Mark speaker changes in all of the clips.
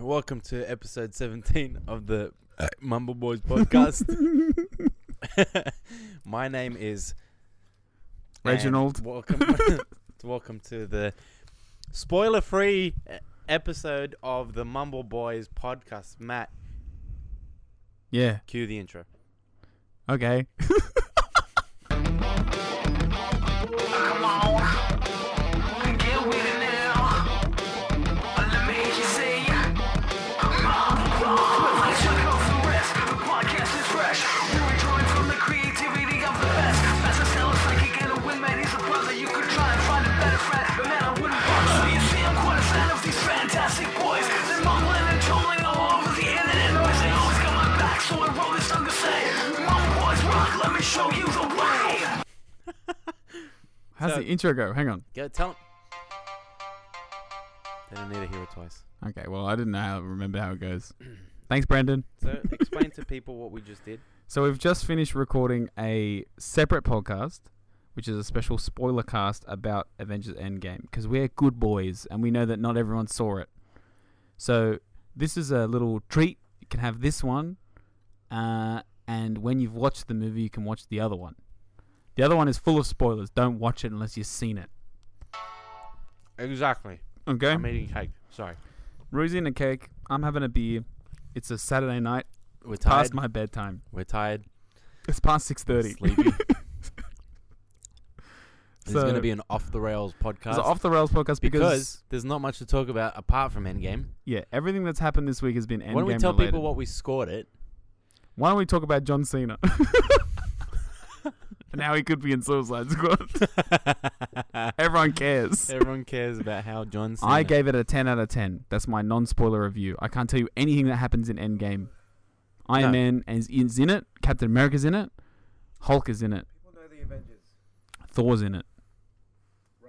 Speaker 1: welcome to episode 17 of the
Speaker 2: Uh.
Speaker 1: Mumble Boys podcast. My name is and
Speaker 2: Reginald.
Speaker 1: Welcome, welcome to the spoiler-free e- episode of the Mumble Boys podcast. Matt,
Speaker 2: Yeah.
Speaker 1: cue the intro.
Speaker 2: Okay.
Speaker 3: Come on, get with it now. Let me hear you say, Reflection of the rest, the podcast is fresh. We're drawing from the creativity of the best. Master seller, psychic, and a wingman. He's a brother you could try and find a better friend. But man, I wouldn't want. So you see, I'm quite a fan of these fantastic boys. They're mumbling and trolling all over the internet noise. They always got my back, so I wrote this song to say, Mama boys rock, let me show you the way.
Speaker 2: How's
Speaker 1: So-
Speaker 2: the intro go? Hang on.
Speaker 1: Go tell 'em. They don't need to hear it twice.
Speaker 2: Okay. Well, I didn't know how, remember how it goes. Thanks, Brandon.
Speaker 1: So explain to people what we just did.
Speaker 2: So we've just finished recording a separate podcast, which is a special spoiler cast about Avengers Endgame because we're good boys and we know that not everyone saw it. So this is a little treat. You can have this one, uh, and when you've watched the movie, you can watch the other one. The other one is full of spoilers. Don't watch it unless you've seen it.
Speaker 1: Exactly.
Speaker 2: Okay.
Speaker 1: I'm eating cake. Sorry.
Speaker 2: Rosie and a cake. I'm having a beer. It's a Saturday night,
Speaker 1: We're tired.
Speaker 2: past my bedtime.
Speaker 1: We're tired.
Speaker 2: It's past six thirty.
Speaker 1: Sleepy. This is
Speaker 2: So-
Speaker 1: going to be an off the rails podcast.
Speaker 2: It's an off the rails podcast because,
Speaker 1: because, there's not much to talk about apart from Endgame.
Speaker 2: yeah, everything that's happened this week has been endgame
Speaker 1: Why don't we tell
Speaker 2: related.
Speaker 1: people what we scored it?
Speaker 2: Why don't we talk about John Cena? and how he could be in Suicide Squad. Everyone cares.
Speaker 1: Everyone cares about how John Cena.
Speaker 2: I gave it a ten out of ten. That's my non-spoiler review. I can't tell you anything that happens in Endgame. Iron
Speaker 1: No.
Speaker 2: Man is, is in it. Captain America's in it. Hulk is in it. Thor's in it.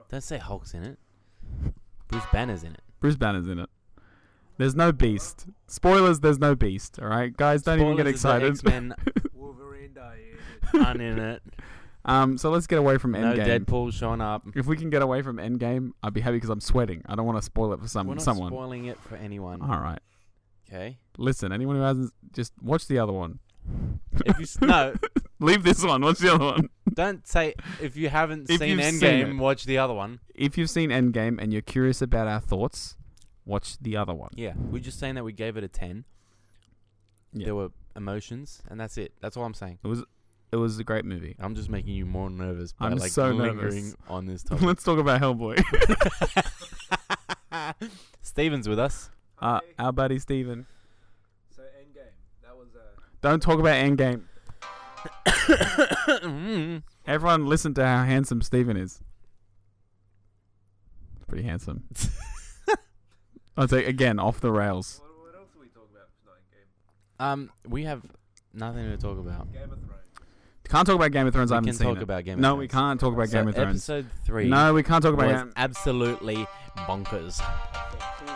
Speaker 1: Don't say Hulk's in it. Bruce Banner's in it.
Speaker 2: Bruce Banner's in it. There's no beast. Spoilers, there's no beast. All right, guys, don't even get excited.
Speaker 1: X Men
Speaker 3: Wolverine dying.
Speaker 1: aren't in it.
Speaker 2: Um, so let's get away from
Speaker 1: No
Speaker 2: Endgame.
Speaker 1: Deadpool showing up.
Speaker 2: If we can get away from Endgame, I'd be happy because I'm sweating. I don't want to spoil it for some
Speaker 1: We're not
Speaker 2: Um, someone.
Speaker 1: spoiling it for anyone.
Speaker 2: All right,
Speaker 1: Okay.
Speaker 2: listen. Anyone who hasn't, just watch the other one.
Speaker 1: If you s- no,
Speaker 2: Leave this one. Watch the other one.
Speaker 1: don't say if you haven't
Speaker 2: If
Speaker 1: seen
Speaker 2: you've seen
Speaker 1: Endgame,
Speaker 2: it.
Speaker 1: watch the other one.
Speaker 2: If you've seen Endgame and you're curious about our thoughts, watch the other one.
Speaker 1: Yeah, we're just saying that we gave it a ten.
Speaker 2: Yeah.
Speaker 1: There were emotions, and that's it. That's all I'm saying.
Speaker 2: It was, it was a great movie.
Speaker 1: I'm just making you more nervous by
Speaker 2: I'm
Speaker 1: like
Speaker 2: so
Speaker 1: lingering
Speaker 2: nervous.
Speaker 1: on this topic.
Speaker 2: Let's talk about Hellboy.
Speaker 1: Steven's with us.
Speaker 2: uh, our buddy Steven.
Speaker 4: So Endgame, that was uh,
Speaker 2: Don't talk about Endgame. Everyone listen to how handsome Steven is. Pretty handsome. I'll take again off the rails.
Speaker 4: what, what else are we talking about? It's not Endgame.
Speaker 1: um, we have nothing to talk about.
Speaker 4: Game of Thrones.
Speaker 2: Can't talk about Game of Thrones. I
Speaker 1: we
Speaker 2: haven't
Speaker 1: can
Speaker 2: seen
Speaker 1: talk
Speaker 2: it.
Speaker 1: about Game of
Speaker 2: no,
Speaker 1: Thrones.
Speaker 2: we can't talk about
Speaker 1: So
Speaker 2: Game of Thrones.
Speaker 1: Episode three.
Speaker 2: No, we can't talk about
Speaker 1: was
Speaker 2: Game.
Speaker 1: absolutely bonkers.
Speaker 4: Episode two.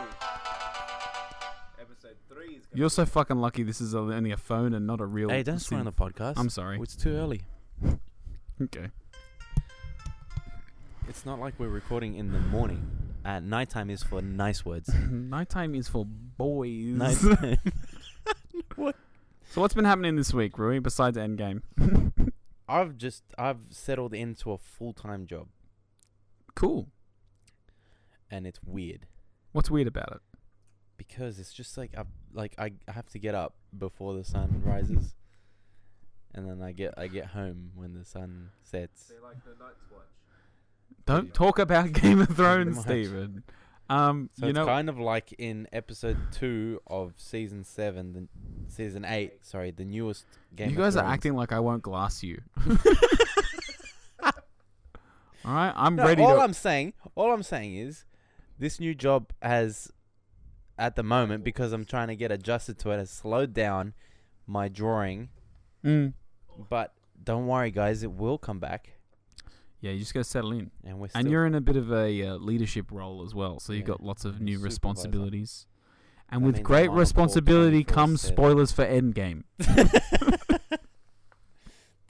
Speaker 4: Episode three is. Gonna
Speaker 2: You're so fucking lucky. This is only a phone and not a real.
Speaker 1: Hey, don't swear on the podcast.
Speaker 2: I'm sorry.
Speaker 1: It's too early.
Speaker 2: Okay.
Speaker 1: It's not like we're recording in the morning. Uh, nighttime is for nice words.
Speaker 2: Nighttime is for boys.
Speaker 1: Nighttime.
Speaker 2: So what's been happening this week, Rui? Besides Endgame,
Speaker 1: I've just I've settled into a full time job,
Speaker 2: cool.
Speaker 1: and it's weird.
Speaker 2: What's weird about it?
Speaker 1: because it's just like I like I I have to get up before the sun rises, and then I get I get home when the sun sets.
Speaker 4: They're like the Night's Watch.
Speaker 2: Don't talk about Game of Thrones,
Speaker 1: much.
Speaker 2: Steven. Um,
Speaker 1: So
Speaker 2: you
Speaker 1: it's
Speaker 2: know,
Speaker 1: kind of like in episode two of season seven, the season eight. Sorry, the newest game.
Speaker 2: you
Speaker 1: of
Speaker 2: guys are
Speaker 1: Thrones.
Speaker 2: acting like I won't glass you. all right, I'm
Speaker 1: No,
Speaker 2: ready
Speaker 1: all
Speaker 2: to.
Speaker 1: I'm saying, all I'm saying is, this new job has, at the moment, because I'm trying to get adjusted to it, has slowed down my drawing.
Speaker 2: Mm.
Speaker 1: But don't worry, guys, it will come back,
Speaker 2: Yeah, you just gotta settle in.
Speaker 1: and we're still
Speaker 2: and you're in a bit of a uh, leadership role as well, so you've
Speaker 1: Yeah.
Speaker 2: got lots of
Speaker 1: And
Speaker 2: new
Speaker 1: supervisor.
Speaker 2: responsibilities. And
Speaker 1: That
Speaker 2: with
Speaker 1: means
Speaker 2: great
Speaker 1: I'm on a board
Speaker 2: responsibility
Speaker 1: 24/7.
Speaker 2: comes spoilers for Endgame.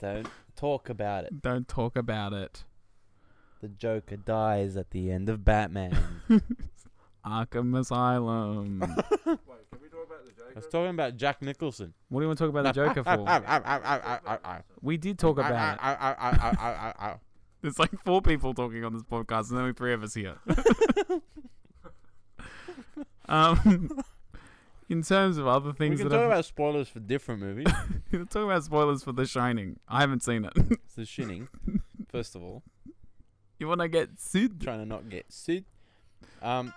Speaker 1: Don't talk about it.
Speaker 2: Don't talk about it.
Speaker 1: The Joker dies at the end of Batman.
Speaker 2: Arkham Asylum.
Speaker 4: Wait, can we talk about the Joker?
Speaker 1: I was talking about Jack Nicholson.
Speaker 2: what do you want to talk about the Joker for? We did talk about it. There's like four people talking on this podcast, and only three of us here. um, in terms of other
Speaker 1: We
Speaker 2: things
Speaker 1: can
Speaker 2: that
Speaker 1: talk
Speaker 2: I've-
Speaker 1: about spoilers for different movies.
Speaker 2: We're talking about spoilers for The Shining. I haven't seen it.
Speaker 1: It's the Shining, first of all.
Speaker 2: you want to get sued?
Speaker 1: Trying to not get sued. Um,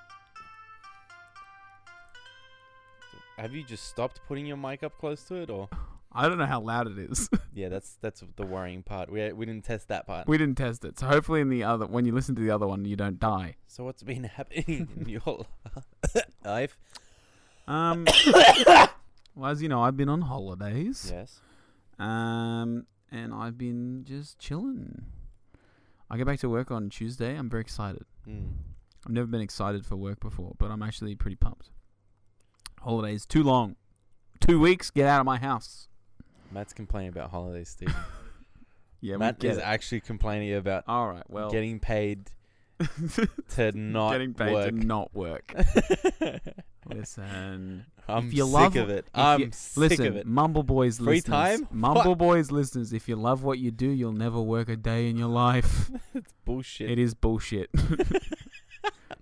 Speaker 1: have you just stopped putting your mic up close to it, or
Speaker 2: I don't know how loud it is.
Speaker 1: yeah, that's that's the worrying part. We we didn't test that part.
Speaker 2: we didn't test it, so hopefully in the other, when you listen to the other one, you don't die.
Speaker 1: So what's been happening in your life?
Speaker 2: Um, well, as you know, I've been on holidays.
Speaker 1: Yes.
Speaker 2: Um, and I've been just chilling. I get back to work on Tuesday. I'm very excited.
Speaker 1: Mm.
Speaker 2: I've never been excited for work before, but I'm actually pretty pumped. Holidays too long. Two weeks. Get out of my house.
Speaker 1: Matt's complaining about holidays, Steve.
Speaker 2: Yeah,
Speaker 1: Matt
Speaker 2: we get
Speaker 1: is
Speaker 2: it.
Speaker 1: actually complaining about
Speaker 2: All right. Well,
Speaker 1: getting paid to not
Speaker 2: getting paid
Speaker 1: work.
Speaker 2: to not work. Listen,
Speaker 1: I'm
Speaker 2: If you
Speaker 1: sick
Speaker 2: love-
Speaker 1: of it.
Speaker 2: if
Speaker 1: I'm
Speaker 2: you-
Speaker 1: sick
Speaker 2: listen,
Speaker 1: of it.
Speaker 2: Mumble Boys
Speaker 1: Free
Speaker 2: listeners,
Speaker 1: time?
Speaker 2: Mumble
Speaker 1: What?
Speaker 2: Boys listeners, if you love what you do, you'll never work a day in your life.
Speaker 1: Bullshit.
Speaker 2: It is bullshit.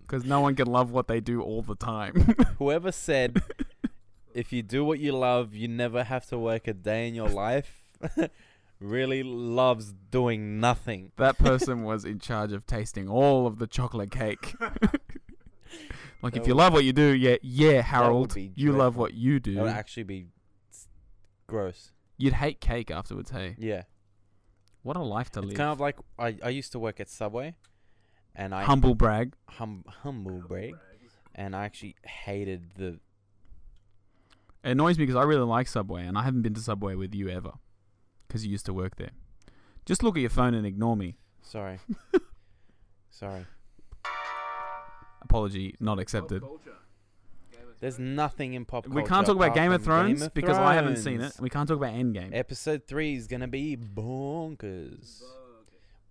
Speaker 2: Because no one can love what they do all the time.
Speaker 1: Whoever said if you do what you love, you never have to work a day in your life really loves doing nothing.
Speaker 2: that person was in charge of tasting all of the chocolate cake. like,
Speaker 1: That
Speaker 2: if you
Speaker 1: would-
Speaker 2: love what you do, yeah, yeah, Harold,
Speaker 1: be
Speaker 2: you love
Speaker 1: dreadful.
Speaker 2: what you do.
Speaker 1: That would actually be s- gross.
Speaker 2: You'd hate cake afterwards, hey?
Speaker 1: Yeah.
Speaker 2: What a life to
Speaker 1: It's
Speaker 2: live.
Speaker 1: kind of like I, I used to work at Subway and I
Speaker 2: Humble brag.
Speaker 1: hum, humble brag and I actually hated the
Speaker 2: It annoys me because I really like Subway, and I haven't been to Subway with you ever, because you used to work there. Just look at your phone and ignore me.
Speaker 1: sorry. sorry.
Speaker 2: Apology not accepted.
Speaker 4: Culture. Game of
Speaker 1: There's nothing in pop
Speaker 2: We
Speaker 1: culture
Speaker 2: can't talk about
Speaker 1: apart
Speaker 2: Game of
Speaker 1: from Game
Speaker 2: Thrones
Speaker 1: of
Speaker 2: because I haven't seen
Speaker 1: Thrones. Eh.
Speaker 2: it. We can't talk about Endgame.
Speaker 1: Episode three is gonna be bonkers.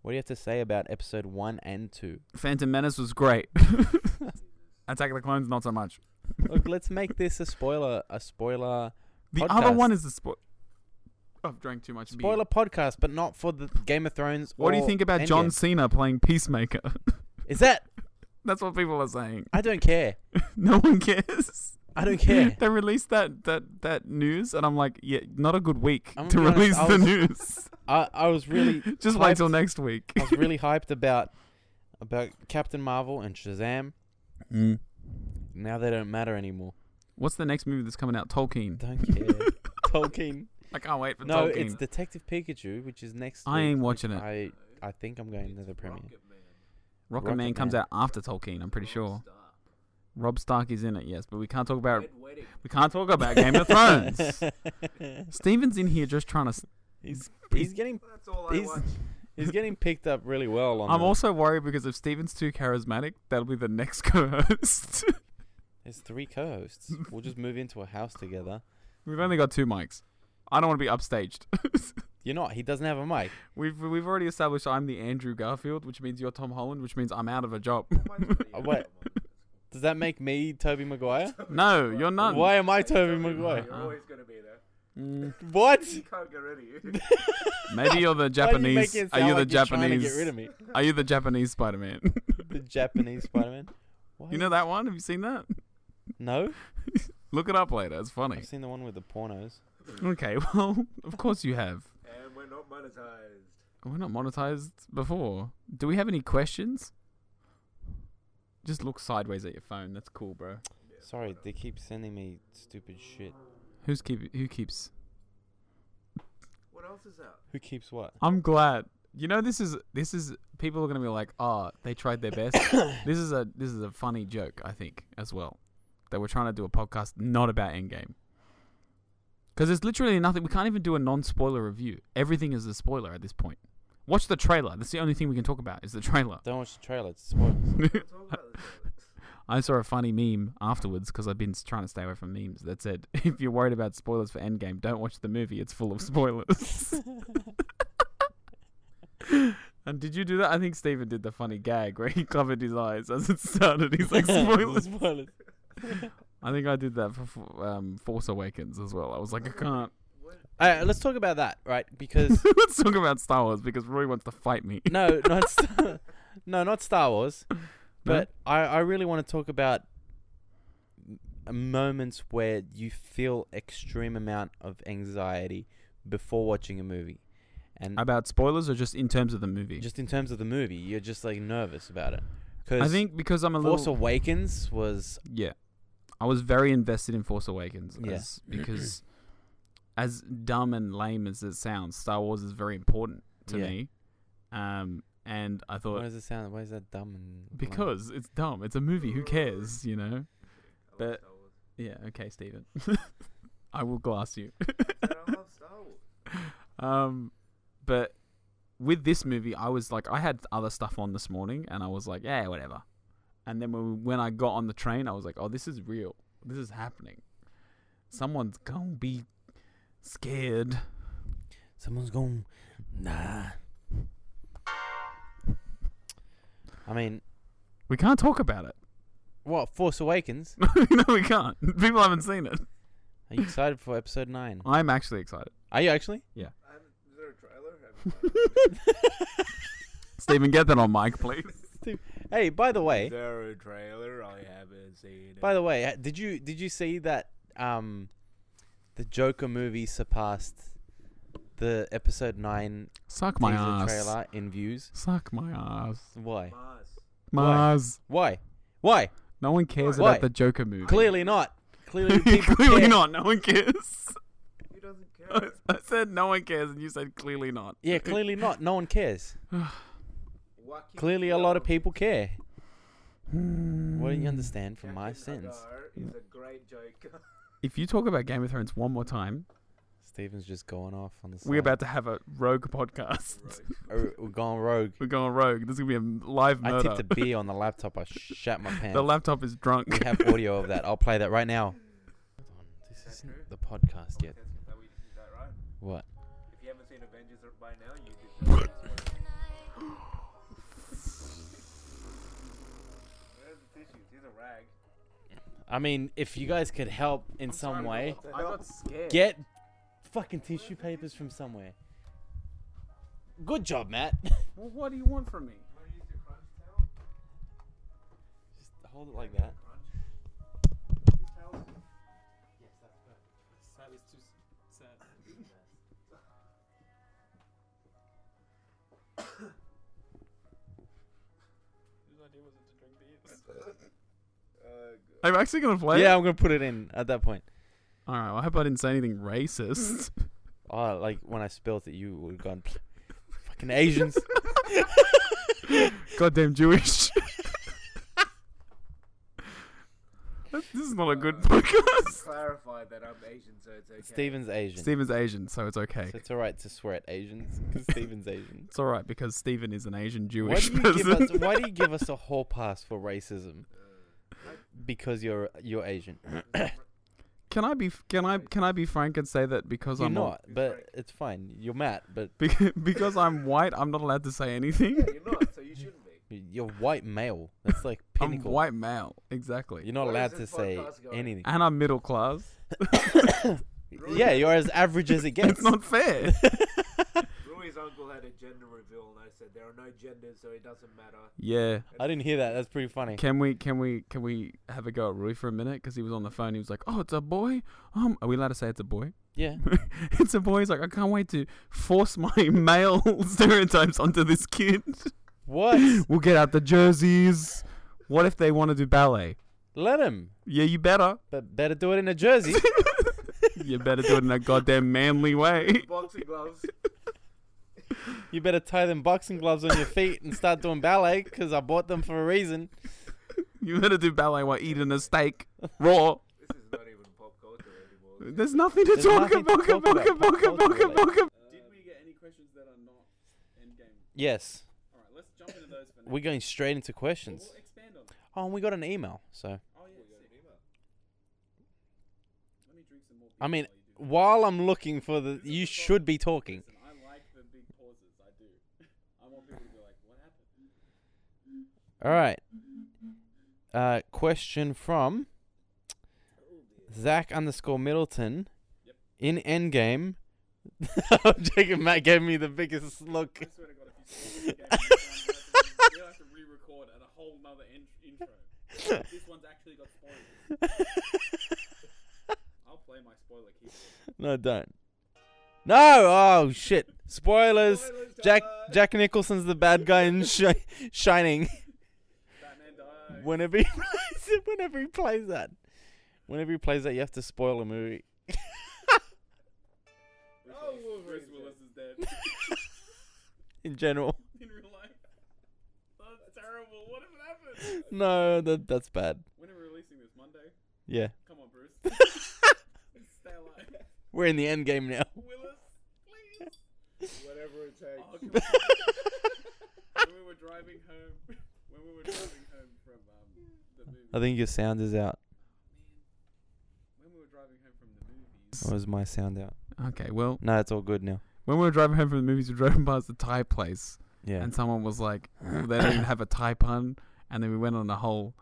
Speaker 1: What do you have to say about episode one and two?
Speaker 2: Phantom Menace was great. Attack of the Clones not so much.
Speaker 1: Look, let's make this a spoiler, a spoiler,
Speaker 2: The other
Speaker 1: Podcast.
Speaker 2: one is the spoil. I've drank too much. beer.
Speaker 1: spoiler podcast, but not for the Game of Thrones.
Speaker 2: What do you
Speaker 1: or
Speaker 2: think about John
Speaker 1: Endgame.
Speaker 2: Cena playing Peacemaker?
Speaker 1: Is that?
Speaker 2: That's what people are saying.
Speaker 1: I don't care.
Speaker 2: No one cares.
Speaker 1: I don't care.
Speaker 2: they released that that that news, and I'm like, yeah, not a good week
Speaker 1: I'm
Speaker 2: to
Speaker 1: gonna be
Speaker 2: release
Speaker 1: honest, I
Speaker 2: the
Speaker 1: was
Speaker 2: news.
Speaker 1: I, I was really
Speaker 2: Just wait till
Speaker 1: hyped-
Speaker 2: next week.
Speaker 1: I was really hyped about about Captain Marvel and Shazam.
Speaker 2: Mm.
Speaker 1: Now they don't matter anymore.
Speaker 2: What's the next movie that's coming out? Tolkien.
Speaker 1: Don't care. Tolkien.
Speaker 2: I can't wait for
Speaker 1: No,
Speaker 2: Tolkien.
Speaker 1: it's Detective Pikachu, which is next.
Speaker 2: I
Speaker 1: week,
Speaker 2: ain't
Speaker 1: which
Speaker 2: watching it.
Speaker 1: I I think I'm going to the premiere.
Speaker 2: Rocket,
Speaker 1: Rocket
Speaker 2: Man, comes
Speaker 1: Man.
Speaker 2: out after Tolkien. I'm pretty sure. Rob Stark is in it, yes, but we can't talk about
Speaker 4: Red Wedding.
Speaker 2: we can't talk about Game of Thrones. Steven's in here just trying to. s-
Speaker 1: He's he's getting
Speaker 4: That's all I
Speaker 1: He's-
Speaker 4: watch.
Speaker 1: he's getting picked up really well on.
Speaker 2: I'm
Speaker 1: the-
Speaker 2: also worried because if Steven's too charismatic, that'll be the next co-host.
Speaker 1: There's three co-hosts. We'll just move into a house together.
Speaker 2: we've only got two mics. I don't want to be upstaged.
Speaker 1: You're not. He doesn't have a mic.
Speaker 2: we've we've already established I'm the Andrew Garfield, which means you're Tom Holland, which means I'm out of a job.
Speaker 1: Uh, Wait, does that make me Toby Maguire?
Speaker 2: no, you're not.
Speaker 1: Why am I Toby
Speaker 4: You're
Speaker 1: Maguire?
Speaker 4: always going to be there.
Speaker 2: Mm,
Speaker 1: What?
Speaker 4: You can't get rid of you.
Speaker 2: maybe you're the
Speaker 1: Why do you
Speaker 2: Japanese.
Speaker 1: make it
Speaker 2: Are
Speaker 1: sound
Speaker 2: you the
Speaker 1: like you're trying
Speaker 2: Japanese?
Speaker 1: To get rid of me.
Speaker 2: Are you the Japanese Spider-Man?
Speaker 1: The Japanese Spider-Man. Why?
Speaker 2: you know that one? Have you seen that?
Speaker 1: No,
Speaker 2: Look it up later. It's funny.
Speaker 1: I've seen the one with the pornos.
Speaker 2: Okay, well, of course you have.
Speaker 4: And we're not monetized.
Speaker 2: We're not monetized before. Do we have any questions? Just look sideways at your phone. That's cool, bro.
Speaker 1: Sorry, they keep sending me stupid shit.
Speaker 2: Who's keep? Who keeps?
Speaker 4: What else is out?
Speaker 1: Who keeps what?
Speaker 2: I'm glad. You know, this is this is people are gonna be like, oh, they tried their best. this is a this is a funny joke, I think, as well. That we're trying to do a podcast not about Endgame. Because there's literally nothing. We can't even do a non-spoiler review. Everything is a spoiler at this point. Watch the trailer. That's the only thing we can talk about is the trailer.
Speaker 1: Don't watch the trailer. It's spoilers.
Speaker 4: Talk about this.
Speaker 2: I saw a funny meme afterwards because I've been s- trying to stay away from memes that said, if you're worried about spoilers for Endgame, don't watch the movie. It's full of spoilers. And did you do that? I think Steven did the funny gag where he covered his eyes as it started. He's like, spoilers.
Speaker 1: Spoilers.
Speaker 2: I think I did that for for, um, Force Awakens as well. I was like, I can't.
Speaker 1: All right, let's talk about that, right? Because
Speaker 2: Let's talk about Star Wars because Roy wants to fight me.
Speaker 1: no, not Star- no, not Star Wars, but I, I really want to talk about m- moments where you feel extreme amount of anxiety before watching a movie, and
Speaker 2: About spoilers or just in terms of the movie?
Speaker 1: just in terms of the movie, you're just like nervous about it. Because
Speaker 2: I think because I'm a
Speaker 1: Force
Speaker 2: little.
Speaker 1: Awakens was
Speaker 2: Yeah. I was very invested in Force Awakens
Speaker 1: Yeah.
Speaker 2: as, because, as dumb and lame as it sounds, Star Wars is very important to
Speaker 1: Yeah.
Speaker 2: me. Um, and I
Speaker 1: why
Speaker 2: thought
Speaker 1: does it sound? Why is that dumb? And bland?
Speaker 2: because it's dumb. It's a movie. Who cares? You know.
Speaker 4: I love
Speaker 2: But-
Speaker 4: Star Wars.
Speaker 2: Yeah. Okay, Steven. I will glass you.
Speaker 4: Said I love Star Wars.
Speaker 2: Um, but with this movie, I was like, I had other stuff on this morning, and I was like, yeah, whatever. And then when, when I got on the train, I was like, oh, this is real. This is happening. Someone's gonna be scared.
Speaker 1: someone's going, nah. I mean,
Speaker 2: We can't talk about it.
Speaker 1: what Force Awakens?
Speaker 2: no, we can't. People haven't seen it.
Speaker 1: Are you excited for episode nine?
Speaker 2: I'm actually excited.
Speaker 1: Are you actually?
Speaker 4: I haven't, is there a trailer? I haven't found
Speaker 2: Steven, get that on mic, please.
Speaker 1: Hey, by the
Speaker 4: it.
Speaker 1: way,
Speaker 4: Is there a trailer? I haven't seen it.
Speaker 1: by the way, uh, did you did you see that um, the Joker movie surpassed the episode nine
Speaker 2: Suck my
Speaker 1: teaser
Speaker 2: ass.
Speaker 1: trailer in views?
Speaker 2: Suck my ass.
Speaker 1: Why?
Speaker 4: Mars.
Speaker 1: Why?
Speaker 2: Mars.
Speaker 1: Why? Why?
Speaker 2: No one cares
Speaker 1: Why?
Speaker 2: about the Joker movie.
Speaker 1: Clearly not. Clearly, people
Speaker 2: Clearly
Speaker 1: care.
Speaker 2: not. No one cares.
Speaker 4: He doesn't
Speaker 2: I
Speaker 4: care.
Speaker 2: I said no one cares, and you said clearly not.
Speaker 1: Yeah, clearly not. No one cares.
Speaker 4: Joaquin
Speaker 1: Clearly, a lot of
Speaker 4: Phoenix
Speaker 1: people care. What do you understand from my
Speaker 4: Captain
Speaker 1: sentence?
Speaker 4: Hagar is a great joker.
Speaker 2: If you talk about Game of Thrones one more time,
Speaker 1: Steven's just going off on the side.
Speaker 2: we're about to have a rogue podcast.
Speaker 4: Rogue.
Speaker 1: Oh, We're going rogue.
Speaker 2: We're going rogue. This is gonna be a live
Speaker 1: I
Speaker 2: murder.
Speaker 1: tipped a beer on the laptop. I shat my pants.
Speaker 2: the laptop is drunk.
Speaker 1: we have audio of that. I'll play that right now. This isn't the podcast yet.
Speaker 4: That's- that we- is that right?
Speaker 1: What?
Speaker 4: If you haven't seen Avengers by now, you did not. Where's the tissues? Here's a rag.
Speaker 1: I mean, if you guys could help in some way,
Speaker 4: I got scared.
Speaker 1: get fucking tissue papers from somewhere. Good job, Matt.
Speaker 2: Well, what do you want from me?
Speaker 1: Just hold it like that.
Speaker 2: I'm actually gonna play.
Speaker 1: Yeah, I'm gonna put it in at that point.
Speaker 2: All right. Well, I hope I didn't say anything racist.
Speaker 1: Oh, like when I spilt it, you would have gone. Fucking Asians.
Speaker 2: Goddamn Jewish. this this is not a good podcast.
Speaker 4: Clarify that I'm Asian, so it's okay.
Speaker 1: Steven's Asian.
Speaker 2: Steven's Asian, so it's okay.
Speaker 1: So it's alright to swear at Asians because Steven's Asian.
Speaker 2: It's all right because Stephen is an Asian
Speaker 1: Why
Speaker 2: Jewish
Speaker 1: do you
Speaker 2: person.
Speaker 1: give us? Why do you give us a whole pass for racism? Because you're you're Asian.
Speaker 2: Can I be can I can I be frank and say that because
Speaker 1: You're
Speaker 2: I'm
Speaker 1: not,
Speaker 4: He's
Speaker 1: but
Speaker 4: right.
Speaker 1: it's fine. You're Matt, but
Speaker 2: because, because I'm white, I'm not allowed to say anything.
Speaker 4: You're not, so you shouldn't be.
Speaker 1: you're white male. That's like
Speaker 2: I'm
Speaker 1: pinnacle.
Speaker 2: white male, exactly.
Speaker 1: You're not
Speaker 4: Where
Speaker 1: allowed
Speaker 4: is
Speaker 1: to
Speaker 4: this
Speaker 1: say
Speaker 4: podcast going?
Speaker 1: anything.
Speaker 2: and I'm middle class.
Speaker 1: Yeah, you're as average as it gets.
Speaker 2: It's not fair.
Speaker 4: Rui's uncle had a gender reveal, and I said there are no genders, so it doesn't matter.
Speaker 2: yeah.
Speaker 1: I didn't hear that. That's pretty funny.
Speaker 2: Can we can we can we have a go at Rui for a minute? Because he was on the phone. He was like, "Oh, it's a boy. Um, are we allowed to say it's a boy?
Speaker 1: Yeah.
Speaker 2: it's a boy." He's like, "I can't wait to force my male stereotypes onto this kid.
Speaker 1: What?
Speaker 2: We'll get out the jerseys. What if they want to do ballet?
Speaker 1: Let him.
Speaker 2: Yeah, you better.
Speaker 1: But better do it in a jersey.
Speaker 2: You better do it in a goddamn manly way."
Speaker 4: Boxing gloves.
Speaker 1: you better tie them boxing gloves on your feet and start doing ballet because I bought them for a reason.
Speaker 2: You better do ballet while eating a steak raw.
Speaker 4: This is not even pop culture anymore.
Speaker 2: There's nothing to
Speaker 1: There's
Speaker 2: talk
Speaker 1: nothing to
Speaker 2: about.
Speaker 1: talk about.
Speaker 2: about,
Speaker 1: Pop
Speaker 2: about,
Speaker 1: culture
Speaker 2: about, about.
Speaker 4: Did we get any questions that are not endgame?
Speaker 1: Yes.
Speaker 4: All right, let's jump into those for
Speaker 1: We're going straight into questions.
Speaker 4: expand on.
Speaker 1: Oh, and we got an email. So,
Speaker 4: Oh yeah, we got an email. Let me drink some more.
Speaker 1: I mean, while I'm looking for the, you should be talking.
Speaker 5: uh,
Speaker 4: I like the big pauses. I do. I want people to be like.
Speaker 1: All right. Uh, question from Zach underscore Middleton. In Endgame, Jacob Matt gave me the biggest look.
Speaker 5: I swear to God, if you see this again, you'll have to re-record at a whole nother in- intro. This one's actually got spoilers. I'll play my spoiler keyboard.
Speaker 1: No, don't. No! Oh shit! Spoilers. Jack Jack Nicholson's the bad guy in shi Shining.
Speaker 5: Batman dies.
Speaker 1: Whenever he plays it, whenever he plays that, whenever he plays that, you have to spoil a movie.
Speaker 5: Oh, Bruce Willis is dead.
Speaker 1: In general,
Speaker 5: In real life. That's terrible. What if it happens?
Speaker 1: no, that that's bad.
Speaker 5: When are we releasing this? Monday?
Speaker 1: Yeah,
Speaker 5: Come on, Bruce. Stay alive.
Speaker 1: we're in the end game now.
Speaker 5: Willis, please.
Speaker 4: Whatever it takes.
Speaker 5: Oh, come on. when we were driving home, when we were driving home from um, the movie,
Speaker 1: I think your sound is out.
Speaker 5: when we were driving home from the movies,
Speaker 1: Or is my sound out?
Speaker 2: Okay, well,
Speaker 1: No, it's all good now.
Speaker 2: when we were driving home from the movies, we drove past the Thai place,
Speaker 1: Yeah.
Speaker 2: and someone was like, "Oh, "They don't even have a Thai pun," and then we went on a whole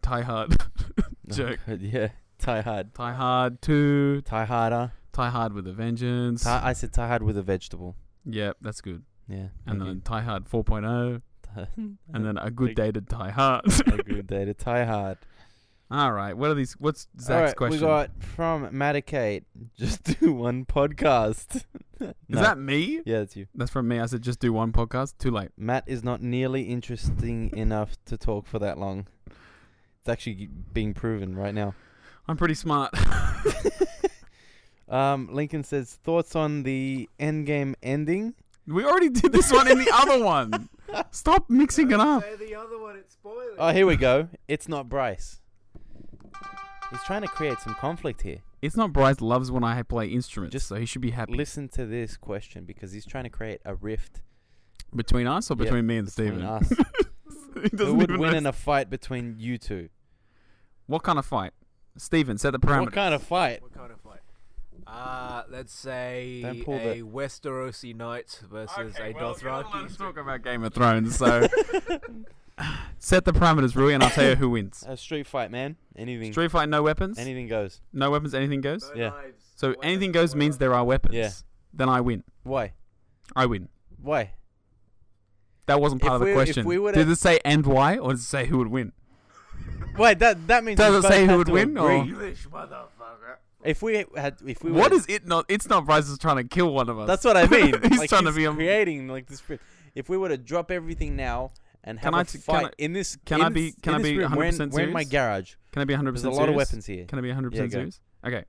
Speaker 2: Thai hard
Speaker 1: Oh,
Speaker 2: joke.
Speaker 1: God, yeah. Tie hard.
Speaker 2: Thai hard two,
Speaker 1: Tie harder.
Speaker 2: Thai hard with a vengeance.
Speaker 1: Tie, I said tie hard with a vegetable.
Speaker 2: Yep, that's good.
Speaker 1: Yeah.
Speaker 2: And then Thai hard oh. 4.0,
Speaker 1: then.
Speaker 2: and then a good
Speaker 1: Thank-
Speaker 2: day to Thai hard.
Speaker 1: a good day to tie hard.
Speaker 2: All right, what are these? What's Zach's
Speaker 1: All right, We
Speaker 2: question?
Speaker 1: got from Maticate. Just do one podcast.
Speaker 2: Is that me?
Speaker 1: Yeah, it's you.
Speaker 2: That's from me. I said just do one podcast. Too late.
Speaker 1: Matt is not nearly interesting enough to talk for that long. It's actually being proven right now.
Speaker 2: I'm pretty smart.
Speaker 1: Um, Lincoln says thoughts on the Endgame ending.
Speaker 2: we already did this one in the other one. Stop mixing it up.
Speaker 4: Say the other one, it's spoilers.
Speaker 1: Oh, here we go. It's not Bryce. He's trying to create some conflict here.
Speaker 2: It's not Bryce loves when I play instruments,
Speaker 1: Just
Speaker 2: so he should be happy.
Speaker 1: Listen to this question because he's trying to create a rift
Speaker 2: Between us or
Speaker 1: Yeah,
Speaker 2: between me and
Speaker 1: between
Speaker 2: Steven?
Speaker 1: us.
Speaker 2: he
Speaker 1: Who
Speaker 2: doesn't
Speaker 1: would
Speaker 2: even
Speaker 1: win
Speaker 2: know.
Speaker 1: in a fight between you two?
Speaker 2: what kind of fight? Steven, set the parameters.
Speaker 1: What kind of fight?
Speaker 4: What kind of fight? Uh, let's say
Speaker 1: Don't pull
Speaker 4: a
Speaker 1: the-
Speaker 4: Westerosi knight versus
Speaker 5: Okay,
Speaker 4: a
Speaker 5: well, you're not allowed
Speaker 4: Dothraki.
Speaker 2: Let's talk about Game of Thrones, so... set the parameters, Rui, and I'll tell you who wins.
Speaker 1: A street fight, man. Anything.
Speaker 2: Street fight, no weapons?
Speaker 1: Anything goes.
Speaker 2: no weapons, anything goes?
Speaker 4: No
Speaker 1: Yeah.
Speaker 4: knives,
Speaker 2: So
Speaker 4: weapons,
Speaker 2: anything goes means there are weapons.
Speaker 1: Yeah.
Speaker 2: Then I win.
Speaker 1: Why?
Speaker 2: I win.
Speaker 1: Why?
Speaker 2: That wasn't
Speaker 1: If
Speaker 2: part of the
Speaker 1: we- if
Speaker 2: question.
Speaker 1: we would've-
Speaker 2: Did it say and why, or does it say who would win?
Speaker 1: Wait, that that means
Speaker 2: Does
Speaker 1: we
Speaker 2: it
Speaker 1: both
Speaker 2: say who
Speaker 1: have
Speaker 2: would
Speaker 1: to
Speaker 2: win, or-
Speaker 1: agree.
Speaker 4: English motherfucker.
Speaker 1: If we had, if we
Speaker 2: What
Speaker 1: were-
Speaker 2: is it not? It's not Bryce is trying to kill one of us.
Speaker 1: That's what I mean.
Speaker 2: he's
Speaker 1: Like,
Speaker 2: trying to be um, a.
Speaker 1: creating like this. rift. If we were to drop everything now and have
Speaker 2: Can
Speaker 1: a
Speaker 2: I t- can
Speaker 1: fight
Speaker 2: I-
Speaker 1: in this,
Speaker 2: can
Speaker 1: in
Speaker 2: I be-
Speaker 1: this-
Speaker 2: can
Speaker 1: in
Speaker 2: I
Speaker 1: this
Speaker 2: be
Speaker 1: room, we're in-
Speaker 2: 100%
Speaker 1: We're in my
Speaker 2: serious?
Speaker 1: garage.
Speaker 2: Can I be 100
Speaker 1: There's a
Speaker 2: percent
Speaker 1: lot of weapons here.
Speaker 2: Can I be 100 percent
Speaker 1: Yeah, go.
Speaker 2: serious? Okay,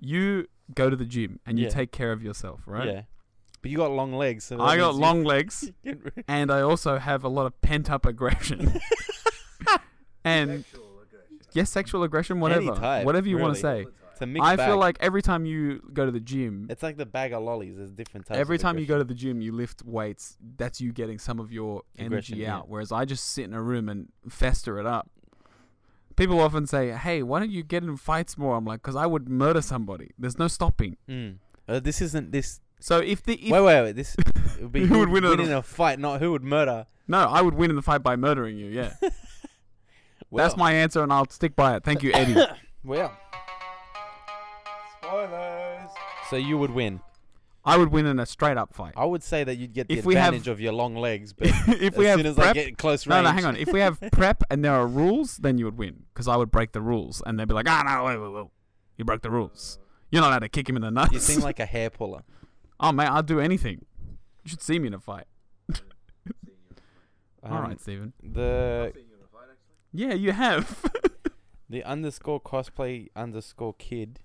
Speaker 2: you go to the gym and you
Speaker 1: Yeah.
Speaker 2: take care of yourself, right?
Speaker 1: Yeah, but you got long legs. So that
Speaker 2: I got
Speaker 1: means you
Speaker 2: long legs,
Speaker 1: can re-
Speaker 2: and I also have a lot of pent up aggression. and
Speaker 4: Sexual aggression.
Speaker 2: yes, sexual aggression, whatever,
Speaker 1: type,
Speaker 2: whatever you want
Speaker 1: really.
Speaker 2: to say.
Speaker 1: it's a mixed
Speaker 2: I feel
Speaker 1: bag.
Speaker 2: like every time you go to the gym,
Speaker 1: it's like the bag of lollies. There's different types.
Speaker 2: every
Speaker 1: of
Speaker 2: time you
Speaker 1: aggression.
Speaker 2: go to the gym, you lift weights. That's you getting some of your
Speaker 1: Aggression,
Speaker 2: energy
Speaker 1: yeah.
Speaker 2: out. Whereas I just sit in a room and fester it up. People often say, "Hey, why don't you get in fights more?" I'm like, "Cause I would murder somebody. There's no stopping."
Speaker 1: Mm. Uh, this isn't this.
Speaker 2: So if the Hmm. if,
Speaker 1: wait, wait, wait. This it would be
Speaker 2: Who would win in
Speaker 1: in
Speaker 2: a-
Speaker 1: a fight, not who would murder.
Speaker 2: no, I would win in the fight by murdering you. Yeah, that's
Speaker 1: Well,
Speaker 2: my answer, and I'll stick by it. Thank you, Eddie.
Speaker 1: Well,
Speaker 4: Spoilers.
Speaker 1: so you would win.
Speaker 2: I would win in a straight up fight.
Speaker 1: I would say that you'd get the
Speaker 2: If we have-
Speaker 1: advantage of your long legs, but
Speaker 2: if we
Speaker 1: as
Speaker 2: have
Speaker 1: soon as
Speaker 2: prep,
Speaker 1: I get close
Speaker 2: no,
Speaker 1: range,
Speaker 2: no, hang on. If we have prep and there are rules, then you would win because I would break the rules, and they'd be like, "Ah, no, wait, wait, wait. you broke the rules. You're not allowed to kick him in the nuts."
Speaker 1: you seem like a hair puller.
Speaker 2: Oh mate, I'll do anything. You should see me in a fight.
Speaker 1: Um,
Speaker 2: All right, Steven.
Speaker 1: The
Speaker 4: Seeing you in a fight, actually.
Speaker 2: Yeah, you have.
Speaker 1: the underscore cosplay underscore kid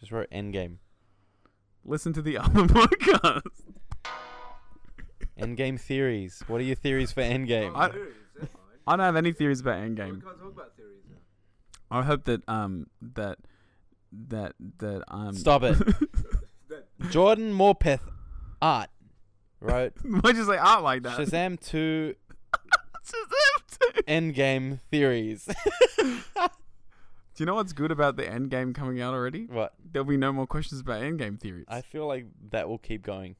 Speaker 1: just wrote Endgame.
Speaker 2: Listen to the other podcast.
Speaker 1: Endgame theories. What are your theories for Endgame?
Speaker 2: I-
Speaker 4: Theories, that's fine.
Speaker 2: I don't have any theories about
Speaker 4: We
Speaker 2: Endgame.
Speaker 4: can't talk about theories now.
Speaker 2: I hope that um that that that um.
Speaker 1: Stop it.
Speaker 4: That-
Speaker 1: Jordan Morpeth art wrote
Speaker 2: Why'd you say art like that?
Speaker 1: Shazam 2
Speaker 2: Shazam.
Speaker 1: Endgame theories.
Speaker 2: do you know what's good about the Endgame coming out already?
Speaker 1: what?
Speaker 2: There'll be no more questions about Endgame theories.
Speaker 1: I feel like that will keep going.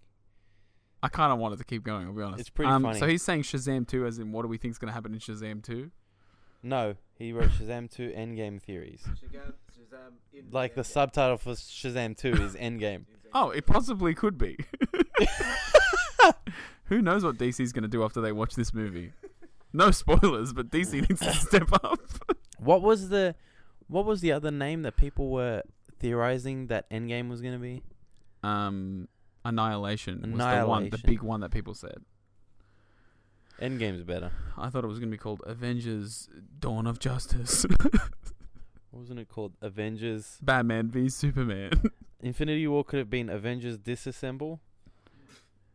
Speaker 2: I kind of wanted to keep going. I'll be honest.
Speaker 1: It's pretty
Speaker 2: um, So
Speaker 1: funny.
Speaker 2: he's saying Shazam two, as in what do we think's going to happen in Shazam two?
Speaker 1: No, he wrote Shazam 2 Endgame Theories.
Speaker 4: Shazam, Shazam in
Speaker 1: Like the subtitle for Shazam 2 is Endgame.
Speaker 2: Oh, it possibly could be. Who knows what DC's going to do after they watch this movie? No spoilers, but DC needs to step up.
Speaker 1: What was the what was the other name that people were theorizing that Endgame was going to be?
Speaker 2: um, Annihilation was the one, the
Speaker 1: Annihilation.
Speaker 2: big one that people said.
Speaker 1: Endgame's better.
Speaker 2: I thought it was going to be called Avengers: Dawn of Justice,
Speaker 1: Wasn't it called Avengers?
Speaker 2: Batman v Superman.
Speaker 1: Infinity War could have been Avengers Disassemble.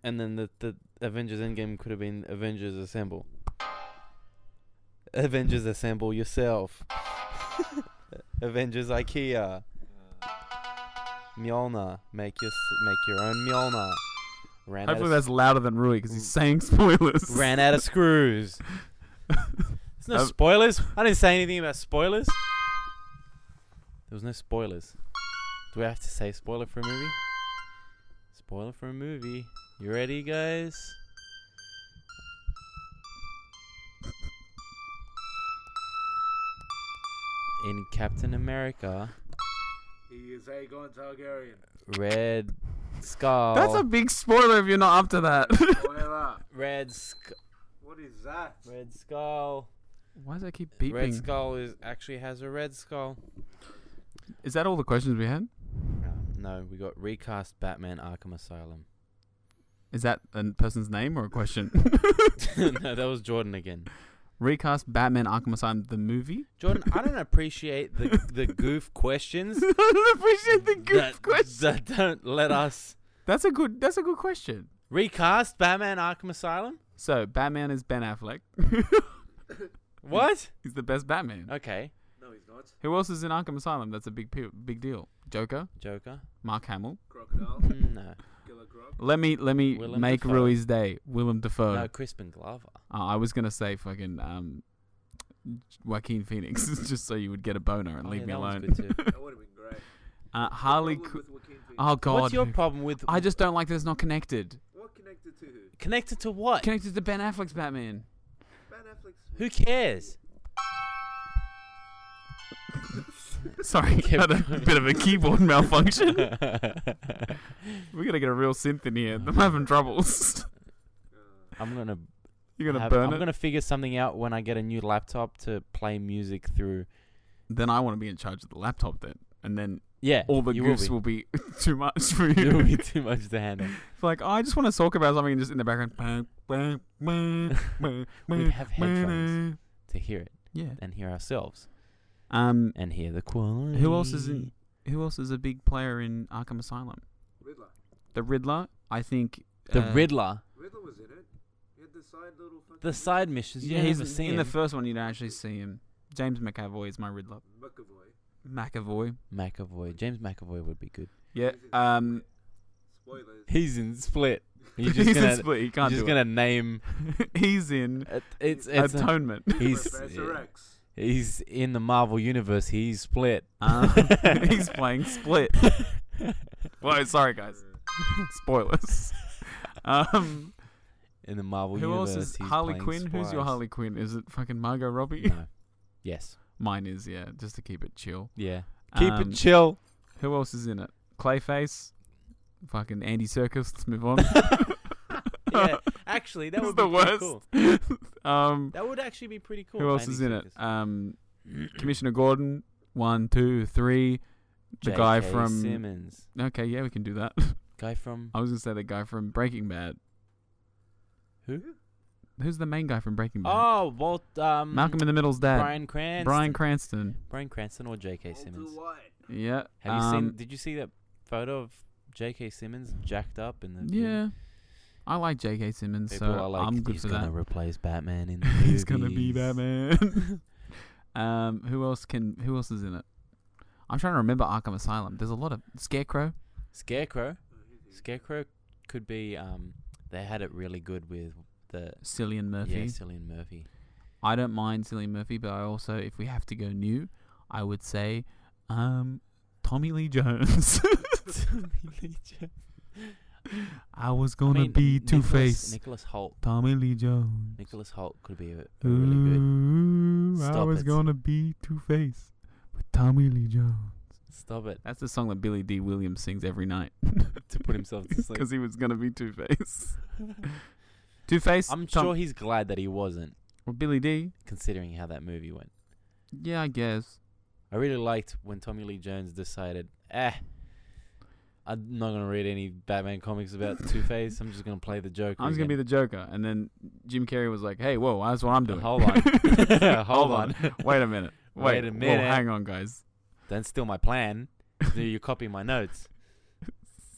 Speaker 1: And then the, the Avengers Endgame could have been Avengers Assemble. Avengers Assemble yourself. Avengers IKEA. Mjolnir. Make your, s- make your own Mjolnir. Ran out,
Speaker 2: Hopefully,
Speaker 1: of, s-
Speaker 2: that's louder than Rui because he's
Speaker 1: Mm.
Speaker 2: saying spoilers.
Speaker 1: ran out of screws. There's no
Speaker 2: Um,
Speaker 1: spoilers. I didn't say anything about spoilers. There was no spoilers. Do we have to say spoiler for a movie? Spoiler for a movie. You ready, guys? In Captain America,
Speaker 4: He is Aegon Targaryen.
Speaker 1: Red Skull.
Speaker 2: That's a big spoiler if you're not up to that.
Speaker 4: Spoiler.
Speaker 1: Red Sk-
Speaker 4: what is that?
Speaker 1: Red Skull.
Speaker 2: Why does that keep
Speaker 1: Red
Speaker 2: beeping?
Speaker 1: Skull is actually has a red skull.
Speaker 2: Is that all the questions we had?
Speaker 1: Um, no, we got recast Batman Arkham Asylum.
Speaker 2: Is that a person's name or a question?
Speaker 1: no, that was Jordan again.
Speaker 2: Recast Batman Arkham Asylum the movie.
Speaker 1: Jordan, I don't appreciate the the goof questions.
Speaker 2: I don't appreciate the goof
Speaker 1: that,
Speaker 2: question.
Speaker 1: that don't let us
Speaker 2: That's a good. That's a good question.
Speaker 1: recast Batman Arkham Asylum.
Speaker 2: So Batman is Ben Affleck.
Speaker 1: What?
Speaker 2: He's the best Batman.
Speaker 1: Okay,
Speaker 4: No, he's not.
Speaker 2: Who else is in Arkham Asylum? That's a big pe- big deal. Joker,
Speaker 1: Joker.
Speaker 2: Mark Hamill.
Speaker 4: Crocodile.
Speaker 1: Mm, No,
Speaker 4: Killer Croc.
Speaker 2: Let me let me
Speaker 1: Willem
Speaker 2: make
Speaker 1: Dafoe.
Speaker 2: Rui's day. Willem Dafoe.
Speaker 1: no, Crispin Glover.
Speaker 2: Uh, I was gonna say fucking um, Joaquin Phoenix, just so you would get a boner and
Speaker 1: Oh, yeah,
Speaker 2: leave me
Speaker 1: that one's
Speaker 2: alone.
Speaker 1: good too.
Speaker 4: That would have been great.
Speaker 2: Uh, Harley.
Speaker 4: Problem
Speaker 2: Qu-
Speaker 4: with Joaquin Phoenix.
Speaker 2: oh God.
Speaker 1: What's your problem with
Speaker 2: I just don't like that it's not connected.
Speaker 4: What connected to who?
Speaker 1: connected to what?
Speaker 2: Connected to Ben Affleck's Batman.
Speaker 4: Ben Affleck's.
Speaker 1: Who cares?
Speaker 2: Sorry,
Speaker 1: Keep
Speaker 2: had a
Speaker 1: going.
Speaker 2: bit of a keyboard malfunction.
Speaker 1: I'm
Speaker 2: We're gonna get a real synth in here. I'm having troubles.
Speaker 1: gonna.
Speaker 2: You're gonna
Speaker 1: have-
Speaker 2: burn
Speaker 1: I'm
Speaker 2: it.
Speaker 1: gonna figure something out when I get a new laptop to play music through.
Speaker 2: Then I want to be in charge of the laptop then, and then
Speaker 1: Yeah,
Speaker 2: all the
Speaker 1: you
Speaker 2: goofs
Speaker 1: will
Speaker 2: will be. too much for
Speaker 1: be. It will be
Speaker 2: you.
Speaker 1: too much to handle.
Speaker 2: like oh, I just want to talk about something and just in the background. bang, bang, bang, bang,
Speaker 1: We'd
Speaker 2: bang,
Speaker 1: have headphones
Speaker 2: bang.
Speaker 1: to hear it
Speaker 2: Yeah.
Speaker 1: and hear ourselves
Speaker 2: Um.
Speaker 1: and hear the quality.
Speaker 2: Who else is in? Who else is a big player in Arkham Asylum?
Speaker 4: Riddler.
Speaker 2: The Riddler. I think.
Speaker 1: The
Speaker 2: uh,
Speaker 1: Riddler,
Speaker 4: Riddler was in it. He had the side little fucking.
Speaker 1: the side missions.
Speaker 2: Yeah,
Speaker 1: you
Speaker 2: he's
Speaker 1: never see
Speaker 2: in
Speaker 1: him.
Speaker 2: the first one. You don't actually see him. James McAvoy is my Riddler.
Speaker 4: McAvoy.
Speaker 2: McAvoy.
Speaker 1: McAvoy, James McAvoy would be good.
Speaker 2: Yeah.
Speaker 4: He's in
Speaker 2: Um.
Speaker 4: Spoilers.
Speaker 1: He's in Split. You're
Speaker 2: He's
Speaker 1: just
Speaker 2: in
Speaker 1: gonna,
Speaker 2: Split. He
Speaker 1: you're
Speaker 2: can't
Speaker 1: just
Speaker 2: do it.
Speaker 1: gonna name.
Speaker 2: he's in
Speaker 1: it- It's it's a-
Speaker 2: Atonement.
Speaker 1: he's
Speaker 4: Professor X.
Speaker 1: he's in the Marvel universe. He's Split.
Speaker 2: Um, he's playing Split. Whoa, sorry guys.
Speaker 4: Uh,
Speaker 2: Spoilers. Um,
Speaker 1: in the Marvel
Speaker 2: who
Speaker 1: universe.
Speaker 2: else is
Speaker 1: he's
Speaker 2: Harley
Speaker 1: playing
Speaker 2: Quinn? Who's your
Speaker 1: Spice.
Speaker 2: Harley Quinn? Is it fucking Margot Robbie?
Speaker 1: No. Yes.
Speaker 2: Mine is, yeah. Just to keep it chill.
Speaker 1: Yeah. Keep
Speaker 2: Um,
Speaker 1: it chill.
Speaker 2: Who else is in it? Clayface, fucking Andy Circus. Let's move on.
Speaker 1: yeah. Actually, that
Speaker 2: It's
Speaker 1: would
Speaker 2: the
Speaker 1: be pretty
Speaker 2: worst.
Speaker 1: cool.
Speaker 2: um,
Speaker 1: That would actually be pretty cool.
Speaker 2: who else
Speaker 1: Andy
Speaker 2: is in it?
Speaker 1: Serkis.
Speaker 2: Um, Commissioner Gordon. One, two, three. The
Speaker 1: J.K.
Speaker 2: guy from. Um,
Speaker 1: Simmons.
Speaker 2: Okay, yeah, we can do that.
Speaker 1: Guy from
Speaker 2: I was gonna say the guy from Breaking Bad.
Speaker 1: who?
Speaker 2: Who's the main guy from Breaking Bad?
Speaker 1: Oh, Walt. Um,
Speaker 2: Malcolm in the Middle's dad.
Speaker 1: Brian Cranston.
Speaker 2: Bryan Cranston.
Speaker 1: Brian Cranston or J.K.
Speaker 4: Walter
Speaker 1: Simmons.
Speaker 4: White.
Speaker 2: Yeah.
Speaker 1: Have you seen?
Speaker 2: um,
Speaker 1: Did you see that photo of J.K. Simmons jacked up in the? gym?
Speaker 2: Yeah. I like J.K. Simmons,
Speaker 1: People
Speaker 2: so
Speaker 1: are like,
Speaker 2: I'm good
Speaker 1: he's
Speaker 2: for
Speaker 1: gonna
Speaker 2: that.
Speaker 1: replace Batman in the
Speaker 2: He's gonna be
Speaker 1: movies."
Speaker 2: Batman. um, who else can? Who else is in it? I'm trying to remember Arkham Asylum. There's a lot of Scarecrow.
Speaker 1: Scarecrow. Scarecrow could be. Um, they had it really good with the.
Speaker 2: Cillian Murphy.
Speaker 1: Yeah, Cillian Murphy.
Speaker 2: I don't mind Cillian Murphy, but I also, if we have to go new, I would say, um, Tommy Lee Jones. I was gonna be Two Face,
Speaker 1: Nicholas Holt.
Speaker 2: Tommy Lee Jones.
Speaker 1: Nicholas Holt could be a, a
Speaker 2: Ooh,
Speaker 1: really good.
Speaker 2: I
Speaker 1: Stop
Speaker 2: was
Speaker 1: it.
Speaker 2: gonna be Two Face with Tommy Lee Jones.
Speaker 1: Stop it
Speaker 2: That's the song that Billy D. Williams sings every night
Speaker 1: to put himself to sleep.
Speaker 2: because he was gonna be Two Face. Two Face.
Speaker 1: I'm sure he's glad that he wasn't,
Speaker 2: Billy D.
Speaker 1: considering how that movie went.
Speaker 2: Yeah, I guess.
Speaker 1: I really liked when Tommy Lee Jones decided, eh, I'm not gonna read any Batman comics about Two Face. I'm just gonna play the Joker.
Speaker 2: I was gonna be the Joker, and then Jim Carrey was like, "Hey, whoa, that's what I'm doing."
Speaker 1: Hold on. Hold on.
Speaker 2: Wait a minute. Wait,
Speaker 1: Wait a
Speaker 2: whoa,
Speaker 1: minute.
Speaker 2: hang on, guys.
Speaker 1: Then steal my plan. Do you copy my notes?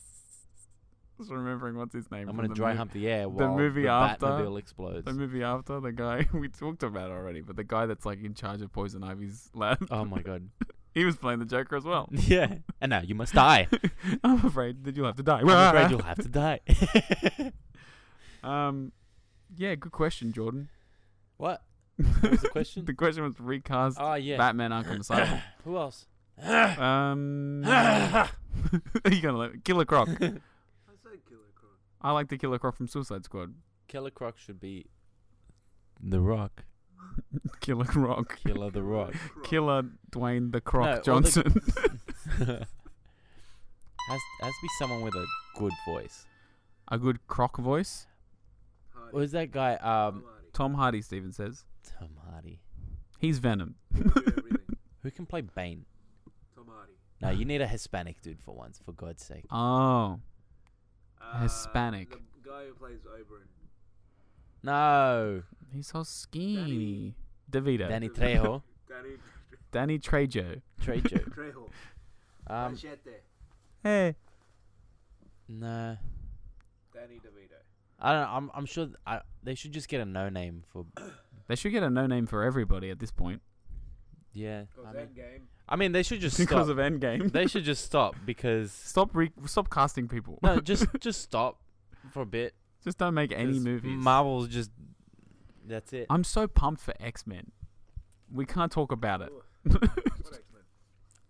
Speaker 2: Just remembering what's his name.
Speaker 1: I'm
Speaker 2: from
Speaker 1: gonna
Speaker 2: the
Speaker 1: dry
Speaker 2: movie.
Speaker 1: hump the air
Speaker 2: the
Speaker 1: while the,
Speaker 2: movie after-
Speaker 1: Batmobile explodes.
Speaker 2: The movie after the guy we talked about already, but the guy that's like in charge of Poison Ivy's lab.
Speaker 1: oh my god.
Speaker 2: he was playing the Joker as well.
Speaker 1: yeah. And now you must die.
Speaker 2: I'm afraid that you'll have to die.
Speaker 1: I'm afraid you'll have to die.
Speaker 2: Um, yeah, good question, Jordan.
Speaker 1: what? What was the question?
Speaker 2: the question was recast
Speaker 1: Oh yeah.
Speaker 2: Batman Arkham Asylum.
Speaker 1: Who else?
Speaker 2: um, are you gonna let Killer Croc?
Speaker 4: I said Killer Croc.
Speaker 2: I like the Killer Croc from Suicide Squad.
Speaker 1: Killer Croc should be The Rock.
Speaker 2: Killer Croc.
Speaker 1: Killer the Rock.
Speaker 2: Killer Dwayne the Croc
Speaker 1: No, all the-
Speaker 2: Johnson.
Speaker 1: has has to be someone with a good voice.
Speaker 2: A good Croc voice.
Speaker 1: Or is that guy um
Speaker 2: Tom Hardy, Steven says.
Speaker 1: Tom Hardy?
Speaker 2: He's Venom.
Speaker 1: Who can play Bane?
Speaker 4: Tom Hardy.
Speaker 1: No, you need a Hispanic dude for once, for God's sake.
Speaker 2: Oh.
Speaker 4: Uh,
Speaker 2: Hispanic.
Speaker 4: The guy who plays Oberon.
Speaker 1: No.
Speaker 2: He's so skinny. DeVito. Danny,
Speaker 1: Danny Trejo.
Speaker 4: Danny
Speaker 2: Trejo.
Speaker 1: Trejo.
Speaker 4: Trejo.
Speaker 1: Um
Speaker 4: Machete.
Speaker 2: Hey.
Speaker 1: no.
Speaker 4: Danny DeVito.
Speaker 1: I don't know. I'm I'm sure th- I, they should just get a no name for
Speaker 2: They should get a no name for everybody at this point.
Speaker 1: yeah. I
Speaker 4: Because
Speaker 1: mean,
Speaker 4: Endgame.
Speaker 1: I mean, they should just
Speaker 2: Because
Speaker 1: stop.
Speaker 2: of Endgame.
Speaker 1: they should just stop because
Speaker 2: stop re- stop casting people.
Speaker 1: no, just just stop for a bit.
Speaker 2: Just don't make any
Speaker 1: 'cause
Speaker 2: movies.
Speaker 1: Marvel's just that's it.
Speaker 2: I'm so pumped for X Men. We can't talk about it.
Speaker 4: What X-Men?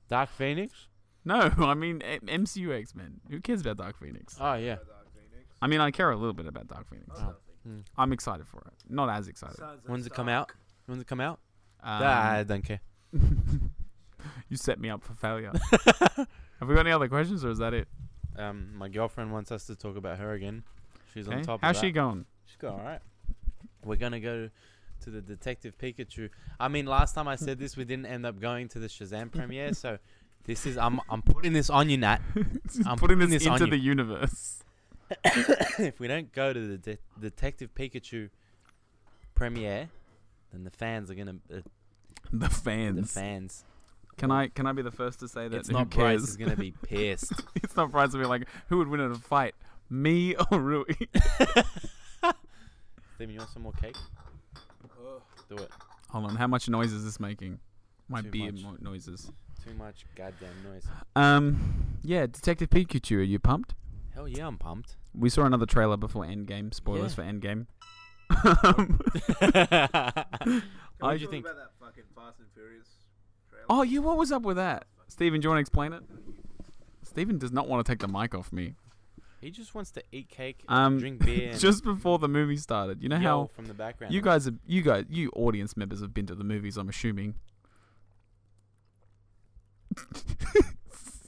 Speaker 1: Dark Phoenix.
Speaker 2: No, I mean M- MCU X Men. Who cares about Dark Phoenix?
Speaker 1: Oh yeah.
Speaker 4: Dark Phoenix.
Speaker 2: I mean, I care a little bit about Dark Phoenix.
Speaker 4: Oh,
Speaker 1: Oh.
Speaker 4: nothing.
Speaker 2: I'm excited for it. Not as excited.
Speaker 4: Sons of
Speaker 1: When's it uh, come out?
Speaker 4: Stark.
Speaker 1: When's it come out?
Speaker 2: Um,
Speaker 1: Ah, I don't care.
Speaker 2: you set me up for failure. Have we got any other questions, or is that it?
Speaker 1: Um, my girlfriend wants us to talk about her again. She's on
Speaker 2: Okay.
Speaker 1: top
Speaker 2: How's
Speaker 1: of
Speaker 2: she
Speaker 1: that.
Speaker 2: going?
Speaker 1: She's going all right. We're gonna go to the Detective Pikachu. I mean, last time I said this, we didn't end up going to the Shazam premiere, so this is I'm I'm putting this on you, Nat.
Speaker 2: I'm
Speaker 1: I'm
Speaker 2: putting
Speaker 1: putting
Speaker 2: this,
Speaker 1: this on
Speaker 2: into
Speaker 1: you.
Speaker 2: the universe.
Speaker 1: if we don't go to the de- Detective Pikachu premiere, then the fans are gonna uh,
Speaker 2: The
Speaker 1: the
Speaker 2: fans.
Speaker 1: fans.
Speaker 2: Can I can I be the first to say that
Speaker 1: It's
Speaker 2: who
Speaker 1: not Bryce
Speaker 2: cares?
Speaker 1: is gonna be pissed.
Speaker 2: it's not Bryce to be like, who would win in a fight, me or Rui?
Speaker 1: Steven, you want some more cake?
Speaker 4: Oh,
Speaker 1: Do it.
Speaker 2: Hold on, how much noise is this making? My
Speaker 1: Too
Speaker 2: beer
Speaker 1: much.
Speaker 2: mo- noises.
Speaker 1: Too much goddamn noise.
Speaker 2: Um, yeah, Detective Pikachu. Are you pumped?
Speaker 1: Hell yeah, I'm pumped.
Speaker 2: We saw another trailer before Endgame. Spoilers for Endgame.
Speaker 4: Can we
Speaker 1: What'd you
Speaker 4: talk
Speaker 1: think?
Speaker 4: about that fucking Fast and Furious trailer?
Speaker 2: oh, yeah. What was up with that, Steven, Do you want to explain it? Steven does not want to take the mic off me.
Speaker 1: He just wants to eat cake, and
Speaker 2: Um,
Speaker 1: drink beer, and
Speaker 2: just before the movie started, you know
Speaker 1: yell
Speaker 2: how
Speaker 1: from the background.
Speaker 2: you guys, have, you guys, you audience members have been to the movies. I'm assuming.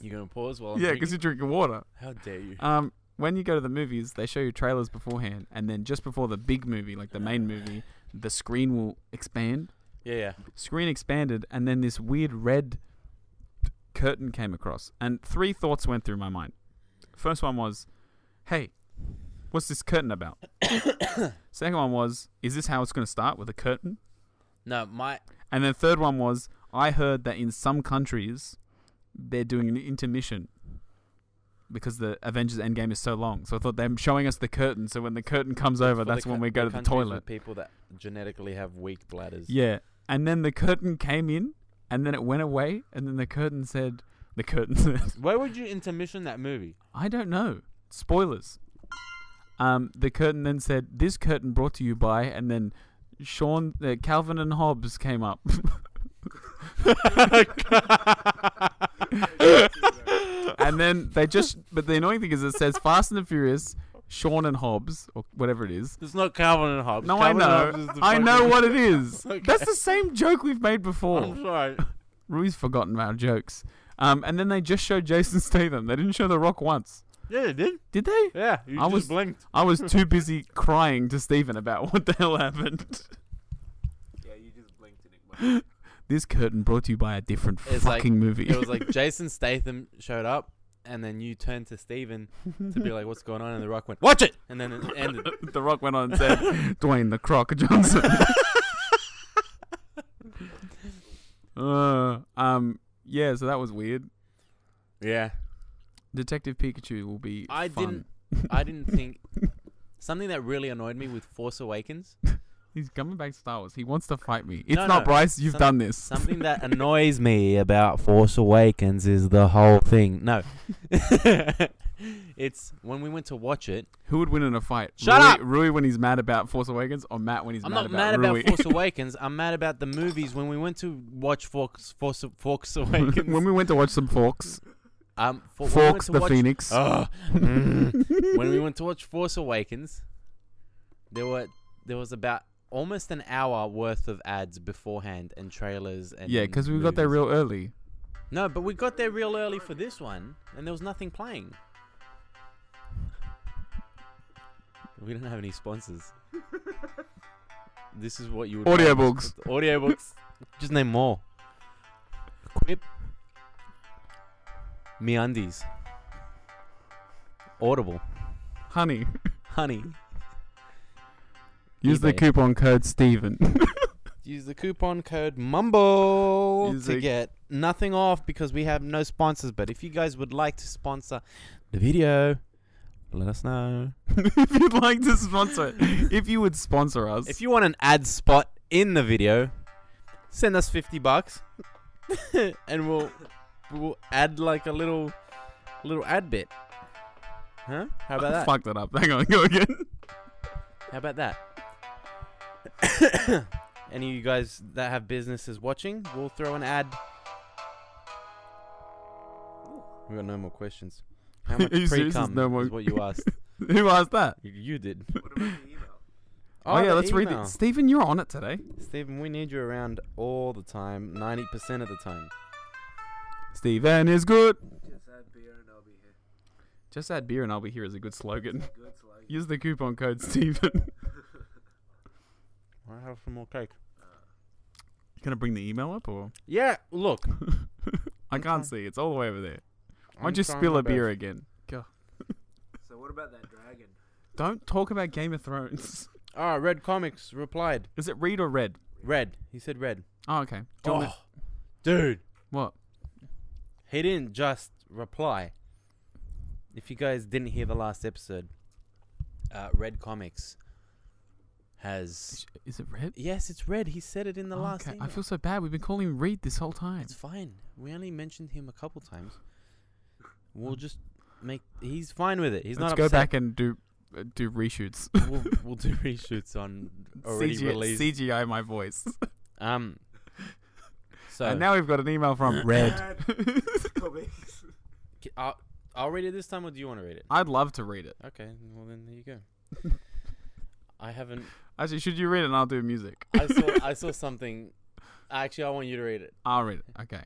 Speaker 1: You're gonna pause while I'm
Speaker 2: Yeah,
Speaker 1: yeah,
Speaker 2: because you're drinking water.
Speaker 1: How dare you?
Speaker 2: Um, when you go to the movies, they show you trailers beforehand, and then just before the big movie, like the main movie, the screen will expand.
Speaker 1: Yeah, yeah.
Speaker 2: Screen expanded, and then this weird red curtain came across, and three thoughts went through my mind. First one was, "Hey, what's this curtain about?" Second one was, "Is this how it's going to start with a curtain?"
Speaker 1: No, my
Speaker 2: And then third one was, "I heard that in some countries they're doing an intermission." Because the Avengers Endgame is so long, so I thought they're showing us the curtain. So when the curtain comes over,
Speaker 1: for the
Speaker 2: that's when
Speaker 1: coun-
Speaker 2: we go to the
Speaker 1: countries with
Speaker 2: toilet.
Speaker 1: People that genetically have weak bladders.
Speaker 2: Yeah. And then the curtain came in, and then it went away, and then the curtain said, "The curtain said,
Speaker 1: Why would you intermission that movie?
Speaker 2: I don't know." Spoilers. Um, the curtain then said, "This curtain brought to you by," and then Sean, uh, Calvin, and Hobbes came up. and then they just. But the annoying thing is, it says Fast and the Furious, Sean and Hobbs, or whatever it is.
Speaker 1: It's not Calvin and Hobbes.
Speaker 2: No,
Speaker 1: Calvin And
Speaker 2: I know.
Speaker 1: Hobbes is the
Speaker 2: I know
Speaker 1: fucking-
Speaker 2: what it is.
Speaker 1: Okay.
Speaker 2: That's the same joke we've made before.
Speaker 1: I'm sorry.
Speaker 2: Rui's forgotten our jokes. Um, and then they just showed Jason Statham. They didn't show The Rock once.
Speaker 1: Yeah, you did.
Speaker 2: Did they?
Speaker 1: Yeah, you
Speaker 2: I
Speaker 1: just
Speaker 2: was-
Speaker 1: blinked.
Speaker 2: I was too busy crying to Stephen about what the hell happened.
Speaker 4: Yeah, you just blinked and ignored.
Speaker 2: This curtain brought to you by a different
Speaker 1: It's like-
Speaker 2: fucking movie.
Speaker 1: It was like Jason Statham showed up, and then you turned to Steven to be like, "What's going on?" And The Rock went, "Watch it," and then it ended.
Speaker 2: the Rock went on and said, "Dwayne the Croc Johnson." uh, um, yeah. So that was weird.
Speaker 1: Yeah,
Speaker 2: Detective Pikachu will be.
Speaker 1: I
Speaker 2: fun.
Speaker 1: didn't. I didn't think something that really annoyed me with Force Awakens.
Speaker 2: He's coming back to Star Wars. He wants to fight me. It's
Speaker 1: No,
Speaker 2: not
Speaker 1: no.
Speaker 2: Bryce. You've
Speaker 1: Some-
Speaker 2: done this.
Speaker 1: Something that annoys me about Force Awakens is the whole thing. No, it's when we went to watch it.
Speaker 2: Who would win in a fight?
Speaker 1: Shut
Speaker 2: Rui,
Speaker 1: up!
Speaker 2: Rui when he's mad about Force Awakens, or Matt when he's
Speaker 1: I'm
Speaker 2: mad
Speaker 1: not
Speaker 2: about
Speaker 1: mad
Speaker 2: Rui?
Speaker 1: about Force Awakens. I'm mad about the movies when we went to watch Force Force, Force Awakens.
Speaker 2: when we went to watch some Forks,
Speaker 1: um, for, when we went
Speaker 2: Forks
Speaker 1: to
Speaker 2: the
Speaker 1: watch-
Speaker 2: Phoenix.
Speaker 1: Ugh. Mm. when we went to watch Force Awakens, there were there was about almost an hour worth of ads beforehand and trailers and
Speaker 2: yeah, because we got there
Speaker 1: movies.
Speaker 2: real early.
Speaker 1: No, but we got there real early for this one, and there was nothing playing. We didn't have any sponsors. this is what you would
Speaker 2: Audiobooks.
Speaker 1: Audiobooks. Just name more. Quip. MeUndies. Audible.
Speaker 2: Honey,
Speaker 1: Honey.
Speaker 2: use the
Speaker 1: eBay.
Speaker 2: coupon code Steven.
Speaker 1: Use the coupon code MUMBLE
Speaker 2: Use
Speaker 1: to
Speaker 2: the-
Speaker 1: get nothing off because we have no sponsors. But if you guys would like to sponsor the video, let us know.
Speaker 2: if you'd like to sponsor it, if you would sponsor us,
Speaker 1: If you want an ad spot in the video, send us 50 bucks and we'll we'll add like a little little ad bit. Huh? How about that?
Speaker 2: fuck that up. Hang on, go again.
Speaker 1: How about that? Any of you guys that have businesses watching, we'll throw an ad. We got no more questions. How much
Speaker 2: Are you
Speaker 1: pre
Speaker 2: serious? There's
Speaker 1: cum
Speaker 2: no more-
Speaker 1: is what you asked?
Speaker 2: Who asked that?
Speaker 1: you, you did.
Speaker 4: What about the email?
Speaker 2: Oh, yeah, let's read it. Steven, you're on it today.
Speaker 1: Stephen, we need you around all the time, ninety percent of the time.
Speaker 2: Steven is good.
Speaker 4: Just add beer and I'll be here.
Speaker 2: Just add beer and I'll be here is a good slogan.
Speaker 4: Good slide.
Speaker 2: Use the coupon code Steven.
Speaker 1: I have some more cake.
Speaker 2: Gonna bring the email up or?
Speaker 1: Yeah, look.
Speaker 2: I can't see. It's all the way over there. Why don't you spill a beer again?
Speaker 4: So what about that dragon?
Speaker 2: Don't talk about Game of Thrones.
Speaker 1: Ah, Red Comics replied.
Speaker 2: Is it red or red?
Speaker 1: Red. He said red.
Speaker 2: Oh, okay. Do
Speaker 1: Oh,
Speaker 2: you wanna-
Speaker 1: dude.
Speaker 2: What?
Speaker 1: He didn't just reply. If you guys didn't hear the last episode, uh, Red Comics has.
Speaker 2: Is- Is it red?
Speaker 1: Yes, it's Red. He said it in the
Speaker 2: Oh,
Speaker 1: last.
Speaker 2: okay. I
Speaker 1: email.
Speaker 2: feel so bad. We've been calling him Reed this whole time.
Speaker 1: It's fine. We only mentioned him a couple times. We'll just make. He's fine with it. He's
Speaker 2: Let's
Speaker 1: not
Speaker 2: go
Speaker 1: upset.
Speaker 2: back and do uh, do reshoots.
Speaker 1: We'll, we'll do reshoots on already
Speaker 2: CGI,
Speaker 1: released.
Speaker 2: CGI my voice.
Speaker 1: um. So
Speaker 2: And now we've got an email from Red.
Speaker 4: Comics.
Speaker 1: K- I'll, I'll read it this time, or do you want to read it?
Speaker 2: I'd love to read it.
Speaker 1: Okay, well then there you go. I haven't.
Speaker 2: Actually, should you read it and I'll do music?
Speaker 1: I saw. I saw something. Actually, I want you to read it.
Speaker 2: I'll read it. Okay.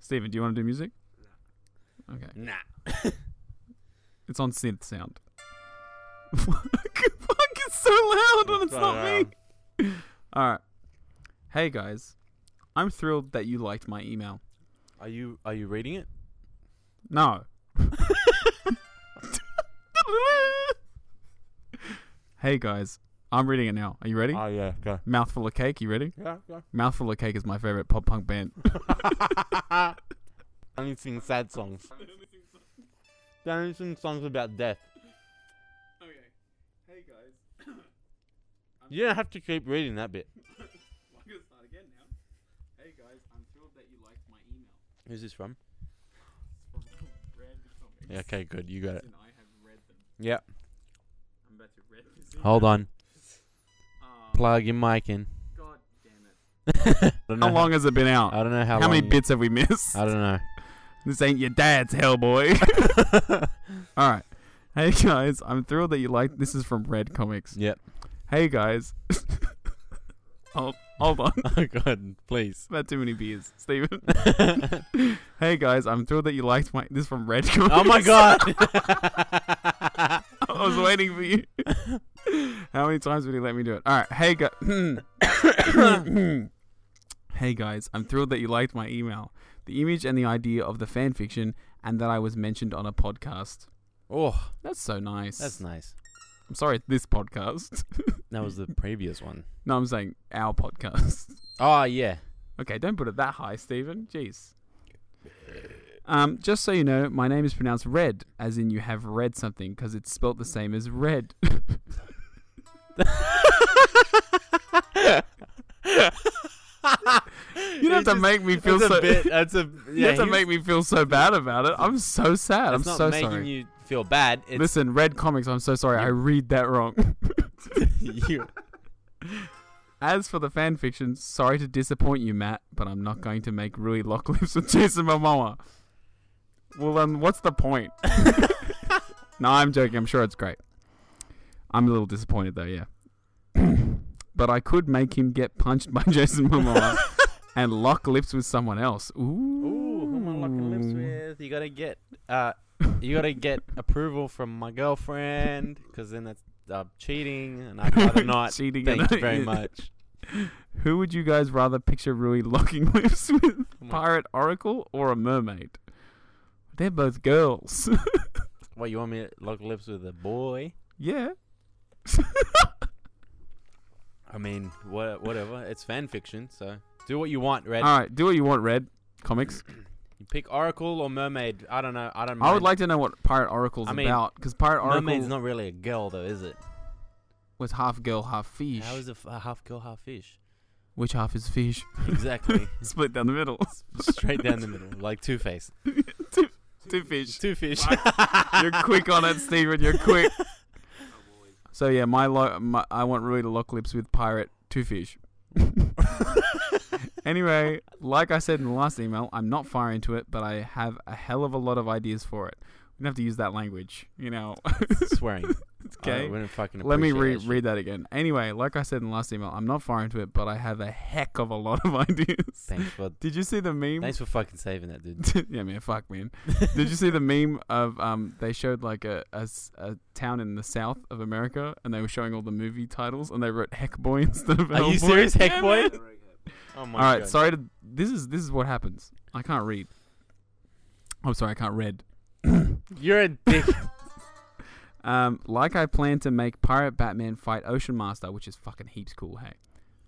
Speaker 2: Steven, do you want to do music? Okay.
Speaker 1: Nah.
Speaker 2: It's on synth sound. Fuck, fuck, it's so loud and it's not me. Alright. Hey guys. I'm thrilled that you liked my email.
Speaker 1: Are you Are you reading it?
Speaker 2: No. hey guys. I'm reading it now. Are you ready?
Speaker 1: Oh, yeah. Go.
Speaker 2: Mouthful of Cake, you ready?
Speaker 1: Yeah. Go.
Speaker 2: Mouthful of Cake is my favorite pop punk band.
Speaker 1: Don't sing sad songs. Don't sing songs about death.
Speaker 5: Okay. Hey guys.
Speaker 1: You don't have to keep reading that bit.
Speaker 5: Well, I'm gonna start again now. Hey guys, I'm thrilled that you liked my email.
Speaker 1: Who's this from?
Speaker 5: It's from Red Comics.
Speaker 1: Yeah, okay, good. You got it.
Speaker 5: And I have read them.
Speaker 1: Yeah.
Speaker 5: I'm about to read this.
Speaker 1: Hold on.
Speaker 5: Um,
Speaker 1: Plug your mic in.
Speaker 5: God damn it.
Speaker 1: I don't know
Speaker 2: How long has it been out?
Speaker 1: I don't know Uh, how,
Speaker 2: How many
Speaker 1: long- Uh,
Speaker 2: bits have we missed?
Speaker 1: I don't know.
Speaker 2: This ain't your dad's Hellboy. All right. Hey guys, I'm thrilled that you liked. This is from Red Comics.
Speaker 1: Yep.
Speaker 2: Hey guys. hold, hold on.
Speaker 1: Oh god, please.
Speaker 2: I've had too many beers, Steven. hey guys, I'm thrilled that you liked my. This is from Red Comics.
Speaker 1: Oh my god.
Speaker 2: I was waiting for you. How many times would he let me do it? All right. Hey guys. hey guys, I'm thrilled that you liked my email, the image and the idea of the fan fiction, and that I was mentioned on a podcast.
Speaker 1: oh,
Speaker 2: That's so nice.
Speaker 1: that's nice.
Speaker 2: I'm sorry, this podcast.
Speaker 1: That was the previous one.
Speaker 2: no, I'm saying our podcast.
Speaker 1: Oh yeah.
Speaker 2: Okay, don't put it that high, Stephen. Jeez. Um, just so you know, my name is pronounced red, as in you have read something, because it's spelt the same as red. you don't have to make me feel
Speaker 1: That's
Speaker 2: so.
Speaker 1: a bit. That's a.
Speaker 2: you
Speaker 1: Yeah,
Speaker 2: have to
Speaker 1: he
Speaker 2: make me feel so bad about it. I'm so
Speaker 1: was-
Speaker 2: sad. I'm
Speaker 1: it's not
Speaker 2: so
Speaker 1: making
Speaker 2: sorry.
Speaker 1: you feel bad. It's
Speaker 2: Listen, red comics. I'm so sorry. I read that wrong.
Speaker 1: you.
Speaker 2: As for the fan fiction, sorry to disappoint you, Matt, but I'm not going to make Rui Lockleaves with Jason Momoa. Well, then, what's the point? no, I'm joking. I'm sure it's great. I'm a little disappointed, though, yeah. but I could make him get punched by Jason Momoa and lock lips with someone else. Ooh.
Speaker 1: Ooh, who am I locking lips with? You gotta get. Uh, you gotta get approval from my girlfriend, because then that's uh, cheating, and I'd rather not.
Speaker 2: Cheating and-
Speaker 1: Thank you very
Speaker 2: yeah.
Speaker 1: much.
Speaker 2: Who would you guys rather picture Rui locking lips with?
Speaker 1: my-
Speaker 2: Pirate Oracle or a mermaid? They're both girls.
Speaker 1: What you want me to lock lips with a boy?
Speaker 2: yeah.
Speaker 1: I mean, what, whatever. It's fan fiction, so do what you want, Red.
Speaker 2: All right, do what you want, Red Comics.
Speaker 1: you pick Oracle or Mermaid. I don't know. I don't.
Speaker 2: I would
Speaker 1: mind.
Speaker 2: like to know what Pirate Oracle's
Speaker 1: I mean,
Speaker 2: about because Pirate Oracle
Speaker 1: Mermaid's not really a girl, though, is it?
Speaker 2: was half girl, half fish.
Speaker 1: How is a f- a half girl, half fish?
Speaker 2: Which half is fish?
Speaker 1: Exactly.
Speaker 2: Split down the middle.
Speaker 1: Straight down the middle, like Two Face.
Speaker 2: two, two fish.
Speaker 1: Two fish.
Speaker 2: You're quick on it, Steven. You're quick. so yeah, my, lo- my I want Rui to lock lips with Pirate Two Fish. Anyway, like I said in the last email, I'm not far into it, but I have a hell of a lot of ideas for it. We don't have to use that language, you know.
Speaker 1: swearing.
Speaker 2: okay.
Speaker 1: I wouldn't fucking
Speaker 2: Let me re-
Speaker 1: appreciate that shit.
Speaker 2: read that again. Anyway, like I said in the last email, I'm not far into it, but I have a heck of a lot of ideas.
Speaker 1: Thanks for
Speaker 2: Did you see the meme?
Speaker 1: thanks for fucking saving that, dude.
Speaker 2: yeah, man, fuck, man. Did you see the meme of um? They showed like a, a s- a town in the south of America, and they were showing all the movie titles, and they wrote Heck Boy instead of.
Speaker 1: Are you
Speaker 2: Hellboy.
Speaker 1: serious, Heck Boy? Oh my
Speaker 2: All right,
Speaker 1: god.
Speaker 2: sorry. To, this is this is what happens. I can't read. I'm sorry, I can't read.
Speaker 1: You're a dick.
Speaker 2: Um, like I plan to make Pirate Batman fight Ocean Master, which is fucking heaps cool. Hey,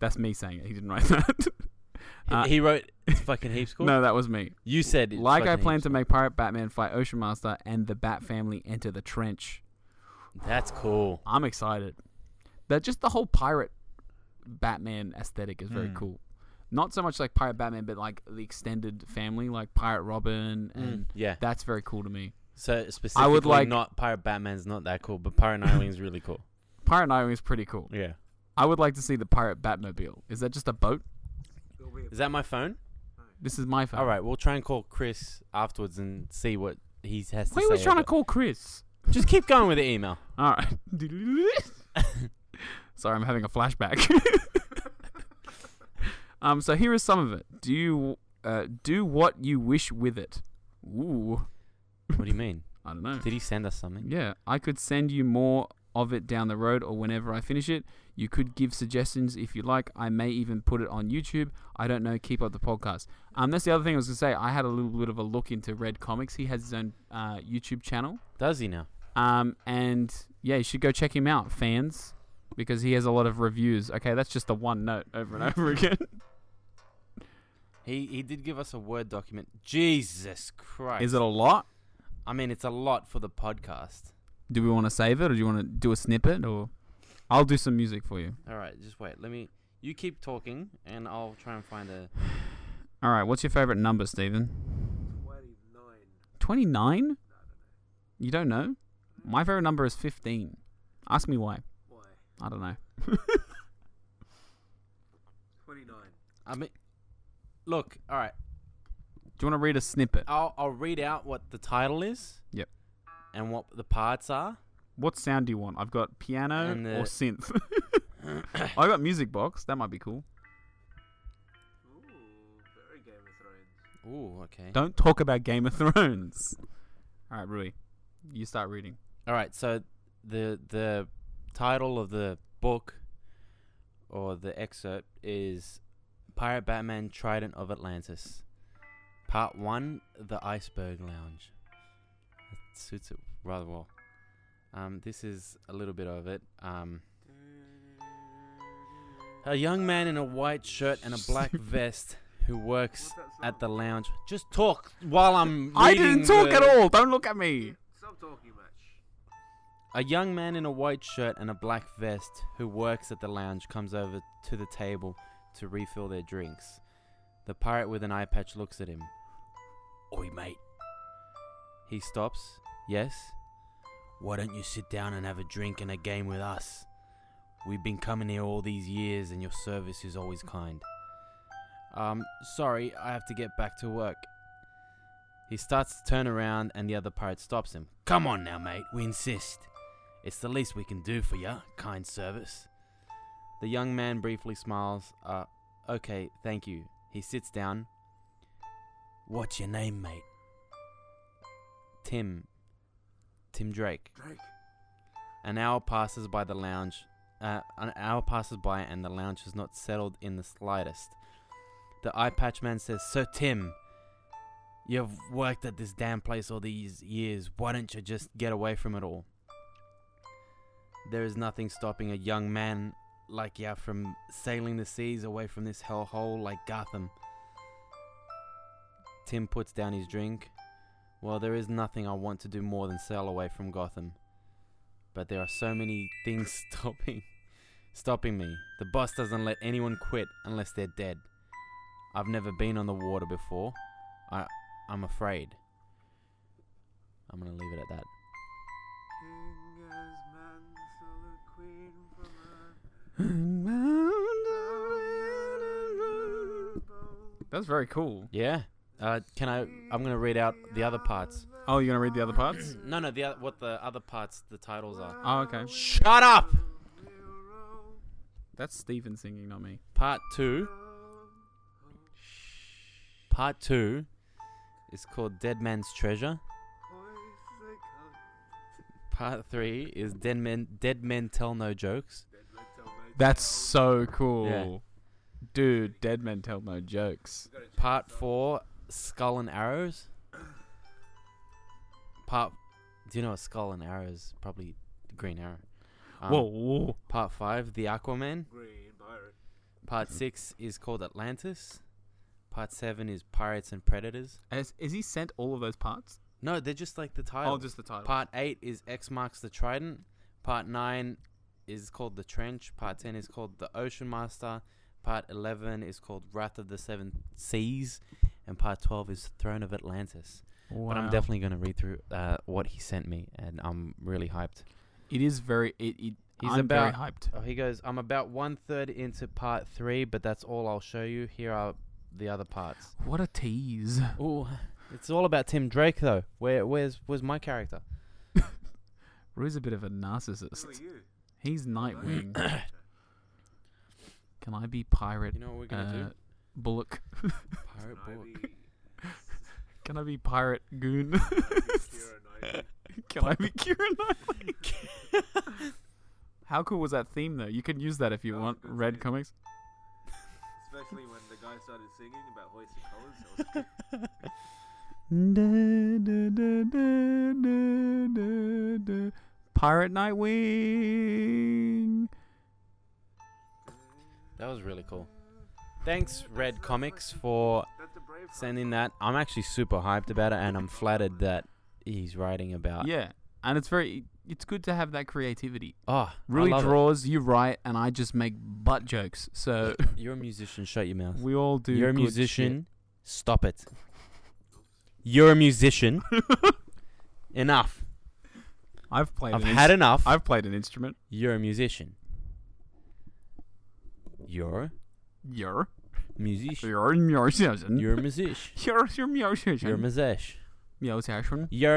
Speaker 2: that's me saying it. He didn't write that. Uh,
Speaker 1: he wrote it's fucking heaps cool.
Speaker 2: no, that was me.
Speaker 1: You said it's
Speaker 2: Like I
Speaker 1: fucking
Speaker 2: plan
Speaker 1: heaps
Speaker 2: to make Pirate Batman fight Ocean Master and the Bat Family enter the trench.
Speaker 1: cool. That's cool.
Speaker 2: I'm excited. That just the whole pirate Batman aesthetic is
Speaker 1: Hmm.
Speaker 2: very cool. Not so much like Pirate Batman, but like the extended family, like Pirate Robin, and
Speaker 1: Yeah.
Speaker 2: that's very cool to me.
Speaker 1: So specifically
Speaker 2: Mm. like-
Speaker 1: not Pirate Batman's not that cool, but Pirate Nightwing's really cool.
Speaker 2: Pirate Nightwing is pretty cool.
Speaker 1: Yeah.
Speaker 2: I would like to see the Pirate Batmobile. Is that just a boat?
Speaker 1: Is that my phone?
Speaker 2: This is my phone.
Speaker 1: All right, we'll try and call Chris afterwards and see what he has to
Speaker 2: We
Speaker 1: say.
Speaker 2: were trying to
Speaker 1: about-
Speaker 2: call Chris.
Speaker 1: Just keep going with the email.
Speaker 2: All right. Sorry, I'm having a flashback. um, so here is some of it. Do you uh, do what you wish with it? Ooh,
Speaker 1: What do you mean?
Speaker 2: I don't know.
Speaker 1: Did he send us something?
Speaker 2: Yeah, I could send you more of it down the road or whenever I finish it. You could give suggestions if you like. I may even put it on YouTube. I don't know. Keep up the podcast. Um, that's the other thing I was gonna say. I had a little bit of a look into Red Comics. He has his own uh, YouTube channel.
Speaker 1: Does he now?
Speaker 2: Um, and yeah, you should go check him out, fans, because he has a lot of reviews. Okay, that's just the one note over and over again.
Speaker 1: He he did give us a word document. Jesus Christ!
Speaker 2: Is it a lot?
Speaker 1: I mean, it's a lot for the podcast.
Speaker 2: Do we want to save it, or do you want to do a snippet, or I'll do some music for you.
Speaker 1: All right, just wait. Let me. You keep talking, and I'll try and find a.
Speaker 2: All right, what's your favorite number, Stephen? Twenty nine. You don't know? My favorite number is fifteen. Ask me why. I don't know.
Speaker 1: I mean, look. All right.
Speaker 2: you want to read a snippet?
Speaker 1: I'll, I'll read out what the title is.
Speaker 2: Yep.
Speaker 1: And what the parts are.
Speaker 2: What sound do you want? I've got piano
Speaker 1: And the-
Speaker 2: or synth. I got music box. That might be cool.
Speaker 4: Ooh, very Game of Thrones.
Speaker 1: Ooh, okay.
Speaker 2: Don't talk about Game of Thrones. All right, Rui, you start reading.
Speaker 1: All right, so the the title of the book or the excerpt is Pirate Batman Trident of Atlantis. Part 1, The Iceberg Lounge. That suits it rather well. Um, this is a little bit of it. Um, a young man in a white shirt and a black vest who works at the lounge. Just talk while I'm reading
Speaker 2: I didn't talk
Speaker 1: the-
Speaker 2: at all. Don't look at me.
Speaker 4: Stop talking, match.
Speaker 1: A young man in a white shirt and a black vest who works at the lounge comes over to the table to refill their drinks. The pirate with an eye patch looks at him. Oi, mate. He stops. Yes? Why don't you sit down and have a drink and a game with us? We've been coming here all these years and your service is always kind. Um, sorry, I have to get back to work. He starts to turn around and the other pirate stops him. Come on now, mate, we insist. It's the least we can do for you, kind service. The young man briefly smiles. Uh, okay, thank you. He sits down. What's your name, mate? Tim. Tim Drake.
Speaker 4: Drake.
Speaker 1: An hour passes by the lounge. Uh, an hour passes by and the lounge is not settled in the slightest. The eye patch man says, Sir Tim, you've worked at this damn place all these years. Why don't you just get away from it all? There is nothing stopping a young man like you from sailing the seas away from this hellhole like Gotham. Tim puts down his drink. Well, there is nothing I want to do more than sail away from Gotham but there are so many things stopping stopping me. The boss doesn't let anyone quit unless they're dead. I've never been on the water before. I I'm afraid. I'm going to leave it at that.
Speaker 4: King as man, so the queen from
Speaker 2: That's very cool.
Speaker 1: Yeah. Uh, can I I'm going to read out the other parts.
Speaker 2: Oh, you're gonna read the other parts?
Speaker 1: No, no, the oth- what the other parts the titles are.
Speaker 2: Oh, okay.
Speaker 1: Shut up.
Speaker 2: That's Stephen singing, not me.
Speaker 1: Part 2. Part 2 is called Dead Man's Treasure. Part three is Dead Men Dead Men Tell No Jokes.
Speaker 2: That's so cool,
Speaker 1: Yeah.
Speaker 2: dude. Dead men tell no jokes.
Speaker 1: Part four, Skull and Arrows. Part do you know a skull and arrows? Probably the Green Arrow. Um,
Speaker 2: whoa, whoa.
Speaker 1: Part five, The Aquaman.
Speaker 4: Green pirate.
Speaker 1: Part six is called Atlantis. Part seven is Pirates and Predators.
Speaker 2: Is, is he sent all of those parts?
Speaker 1: No, they're just like the title.
Speaker 2: Oh, just the title.
Speaker 1: Part eight is X marks the Trident. Part nine is called the Trench. Part ten is called the Ocean Master. Part eleven is called Wrath of the Seven Seas, and part twelve is Throne of Atlantis.
Speaker 2: wow.
Speaker 1: But I'm definitely going to read through uh, what he sent me, and I'm really hyped.
Speaker 2: It is very. It. it
Speaker 1: He's
Speaker 2: I'm
Speaker 1: about-
Speaker 2: very hyped.
Speaker 1: Oh, he goes, I'm about one third into part three, but that's all I'll show you. Here are the other parts.
Speaker 2: What a tease.
Speaker 1: Ooh, it's all about Tim Drake though. Where, where's, where's my character?
Speaker 2: Rue's a bit of a
Speaker 4: Who are
Speaker 2: narcissist.
Speaker 4: you?
Speaker 2: He's Nightwing. Can I be pirate
Speaker 1: You know what we're gonna
Speaker 2: uh, Bullock?
Speaker 1: do? Uh, Pirate
Speaker 4: Can I
Speaker 1: book.
Speaker 4: be-
Speaker 2: Can I be pirate goon?
Speaker 4: Kira Knightley?
Speaker 2: Can I be Kieran Knightley? How cool was that theme though? You can use that if you
Speaker 4: That was
Speaker 2: want.
Speaker 4: a good
Speaker 2: Red
Speaker 4: theme.
Speaker 2: comics.
Speaker 4: Especially when the guy started singing about hoisting colours. That was good.
Speaker 2: Pirate Nightwing.
Speaker 1: That was really cool. Thanks, Red Comics, for
Speaker 4: That's a brave
Speaker 1: sending that. I'm actually super hyped about it, and I'm flattered that he's writing about.
Speaker 2: Yeah, and it's very. It's good to have that creativity.
Speaker 1: Oh,
Speaker 2: Really
Speaker 1: I love it. Uh,
Speaker 2: draws. You write, and I just make butt jokes. So
Speaker 1: You're a musician. Shut your mouth.
Speaker 2: we all do.
Speaker 1: You're a
Speaker 2: good
Speaker 1: musician. Stop it. You're a musician. enough.
Speaker 2: shit. I've played.
Speaker 1: I've
Speaker 2: an
Speaker 1: had
Speaker 2: inst-
Speaker 1: enough.
Speaker 2: I've played an instrument.
Speaker 1: You're a musician. You're
Speaker 2: You're
Speaker 1: musician.
Speaker 2: You're a musician.
Speaker 1: You're a musician.
Speaker 2: You're
Speaker 1: You're a
Speaker 2: a musician.
Speaker 1: musician.
Speaker 2: musician.
Speaker 1: You're a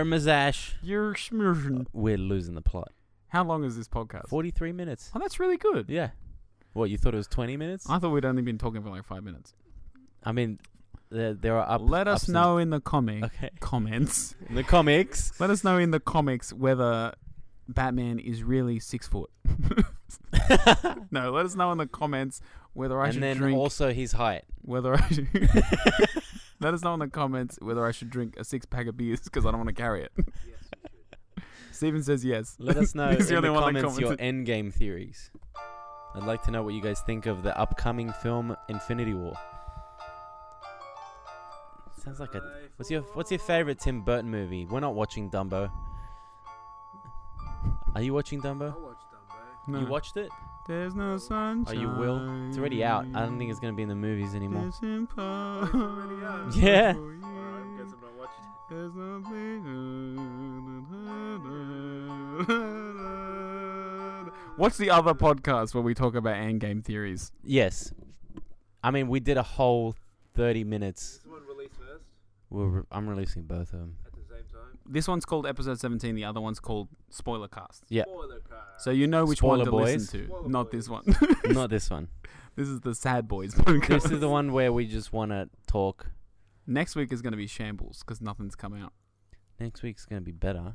Speaker 1: musician.
Speaker 2: You're a musician.
Speaker 1: We're losing the plot.
Speaker 2: How long is this podcast?
Speaker 1: Forty-three minutes.
Speaker 2: Oh, that's really good.
Speaker 1: Yeah. What you thought it was twenty minutes?
Speaker 2: I thought we'd only been talking for like five minutes.
Speaker 1: I mean, there, there are up.
Speaker 2: Let us
Speaker 1: ups and-
Speaker 2: know in the comic
Speaker 1: Okay.
Speaker 2: comments.
Speaker 1: In the comics.
Speaker 2: Let us know in the comics whether Batman is really six foot. no, let us know in the comments whether I
Speaker 1: and
Speaker 2: should
Speaker 1: then
Speaker 2: drink.
Speaker 1: also his height.
Speaker 2: whether I should. let us know in the comments whether I should drink a six pack of beers because I don't want to carry it. Steven says yes.
Speaker 1: Let us know in
Speaker 2: He's
Speaker 1: the,
Speaker 2: the only one that
Speaker 1: comments your
Speaker 2: commented.
Speaker 1: endgame theories. I'd like to know what you guys think of the upcoming film Infinity War. Sounds like a what's your what's your favorite Tim Burton movie? We're not watching Dumbo. Are you watching
Speaker 4: I
Speaker 1: Dumbo?
Speaker 4: watched Dumbo.
Speaker 2: No.
Speaker 1: You watched it?
Speaker 2: There's no sunshine.
Speaker 1: Oh, you will? It's
Speaker 2: Mm.
Speaker 1: already out. I don't think it's gonna be in the movies anymore.
Speaker 2: It's impossible.
Speaker 1: Yeah.
Speaker 2: for
Speaker 4: Alright,
Speaker 2: you.
Speaker 4: guess I'm not watching it.
Speaker 2: There's nothing. What's the other podcast where we talk about endgame theories?
Speaker 1: Yes. I mean, we did a whole 30 minutes.
Speaker 4: This one released first
Speaker 1: We're re- I'm releasing both of them.
Speaker 4: at the same time.
Speaker 2: This one's called episode 17. The other one's called spoiler cast.
Speaker 1: Yeah.
Speaker 4: Spoiler cast.
Speaker 2: So you know which one to
Speaker 1: Spoiler boys.
Speaker 2: listen to.
Speaker 4: Spoiler
Speaker 2: Not
Speaker 4: boys.
Speaker 2: this one.
Speaker 1: Not this one.
Speaker 2: this is the sad boys podcast.
Speaker 1: This is the one where we just want to talk.
Speaker 2: Next week is going to be shambles because nothing's come out.
Speaker 1: Next week's going to be better.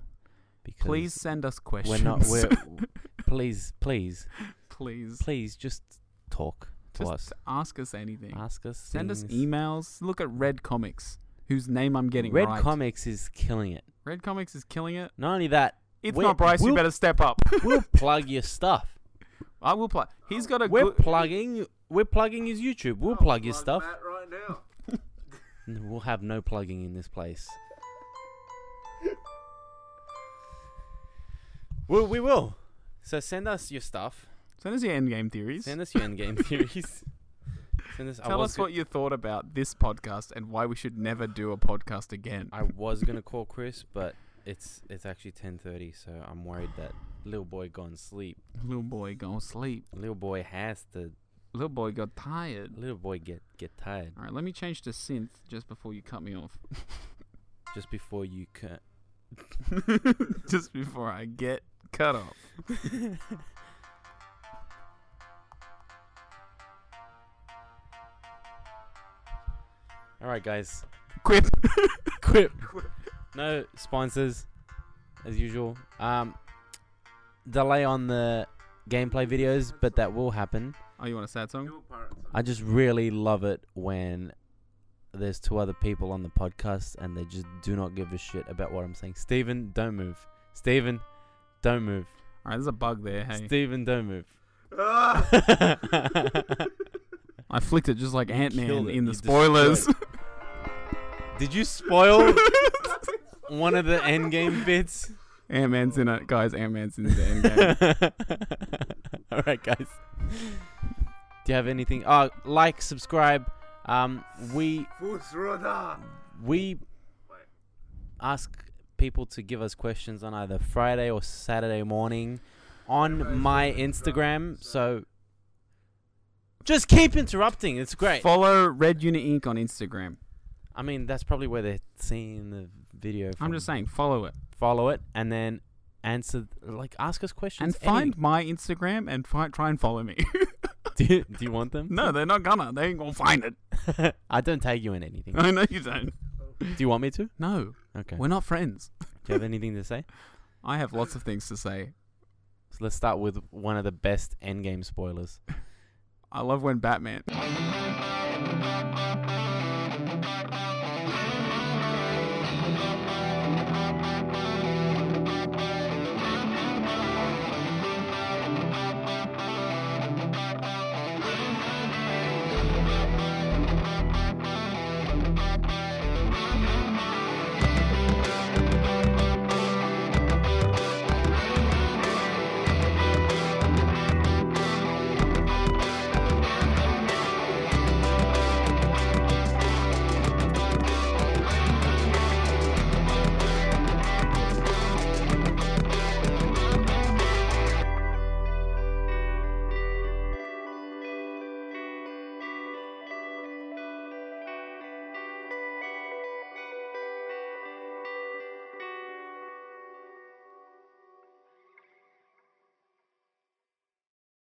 Speaker 1: Because
Speaker 2: Please send us
Speaker 1: We're
Speaker 2: questions.
Speaker 1: not. We're, please, please,
Speaker 2: Please,
Speaker 1: please just talk to
Speaker 2: just
Speaker 1: us.
Speaker 2: ask us anything.
Speaker 1: Ask us.
Speaker 2: Send us
Speaker 1: things.
Speaker 2: emails. Look at Red Comics, whose name I'm getting
Speaker 1: Red
Speaker 2: right.
Speaker 1: Comics is killing it.
Speaker 2: Red Comics is killing it.
Speaker 1: Not only that,
Speaker 2: It's
Speaker 1: We're-
Speaker 2: not Bryce.
Speaker 1: we'll-
Speaker 2: you better step up.
Speaker 1: we'll plug your stuff.
Speaker 2: I will play. He's got a
Speaker 1: We're
Speaker 2: good.
Speaker 1: plugging. We're plugging his YouTube. We'll
Speaker 4: I'll
Speaker 1: plug your stuff.
Speaker 4: Matt right
Speaker 1: N-
Speaker 4: now.
Speaker 1: We'll have no plugging in this place. well, we will. So send us your stuff.
Speaker 2: Send us your endgame theories.
Speaker 1: Send us your endgame theories. Send us. I
Speaker 2: Tell
Speaker 1: was
Speaker 2: us
Speaker 1: go-
Speaker 2: what you thought about this podcast and why we should never do a podcast again.
Speaker 1: I was gonna call Chris, but it's it's actually ten thirty, so I'm worried that little boy gone sleep.
Speaker 2: little boy gonna sleep.
Speaker 1: Little boy has to.
Speaker 2: Little boy got tired.
Speaker 1: Little boy get get tired
Speaker 2: All right, let me change to synth just before you cut me off.
Speaker 1: just before you can.
Speaker 2: just before I get cut off.
Speaker 1: All right, guys.
Speaker 2: Quip.
Speaker 1: Quip. No sponsors, as usual. Um, delay on the gameplay videos, but that will happen.
Speaker 2: Oh, you want a sad song?
Speaker 4: Do a pirate song.
Speaker 1: I just really love it when there's two other people on the podcast and they just do not give a shit about what I'm saying. Steven, don't move. Steven, don't move.
Speaker 2: All right, there's a bug there. Hey,
Speaker 1: Steven, don't move.
Speaker 4: Ah!
Speaker 2: I flicked it just like Ant Man
Speaker 1: killed it.
Speaker 2: in the
Speaker 1: You
Speaker 2: spoilers.
Speaker 1: destroyed Did you spoil one of the endgame bits?
Speaker 2: Ant Man's in it, guys. Ant Man's in the end game.
Speaker 1: All right, guys. Do you have anything? Oh, like, subscribe. Um, we
Speaker 4: Fusroda!
Speaker 1: we ask people to give us questions on either Friday or Saturday morning on my Instagram. So just keep interrupting. It's great.
Speaker 2: Follow Red Unit Inc. on Instagram.
Speaker 1: I mean, that's probably where they're seeing the video.
Speaker 2: I'm
Speaker 1: from.
Speaker 2: just saying, follow it
Speaker 1: follow it and then answer, like, ask us questions.
Speaker 2: and find my Instagram and fi- try and follow me.
Speaker 1: Any- do, you, do you want them?
Speaker 2: no, they're not gonna. They ain't gonna find it.
Speaker 1: I don't tag you in anything.
Speaker 2: I know you don't.
Speaker 1: Do you want me to?
Speaker 2: No,
Speaker 1: Okay.
Speaker 2: we're not friends.
Speaker 1: Do you have anything to say?
Speaker 2: I have lots of things to say.
Speaker 1: So let's start with one of the best Endgame spoilers.
Speaker 2: I love when Batman.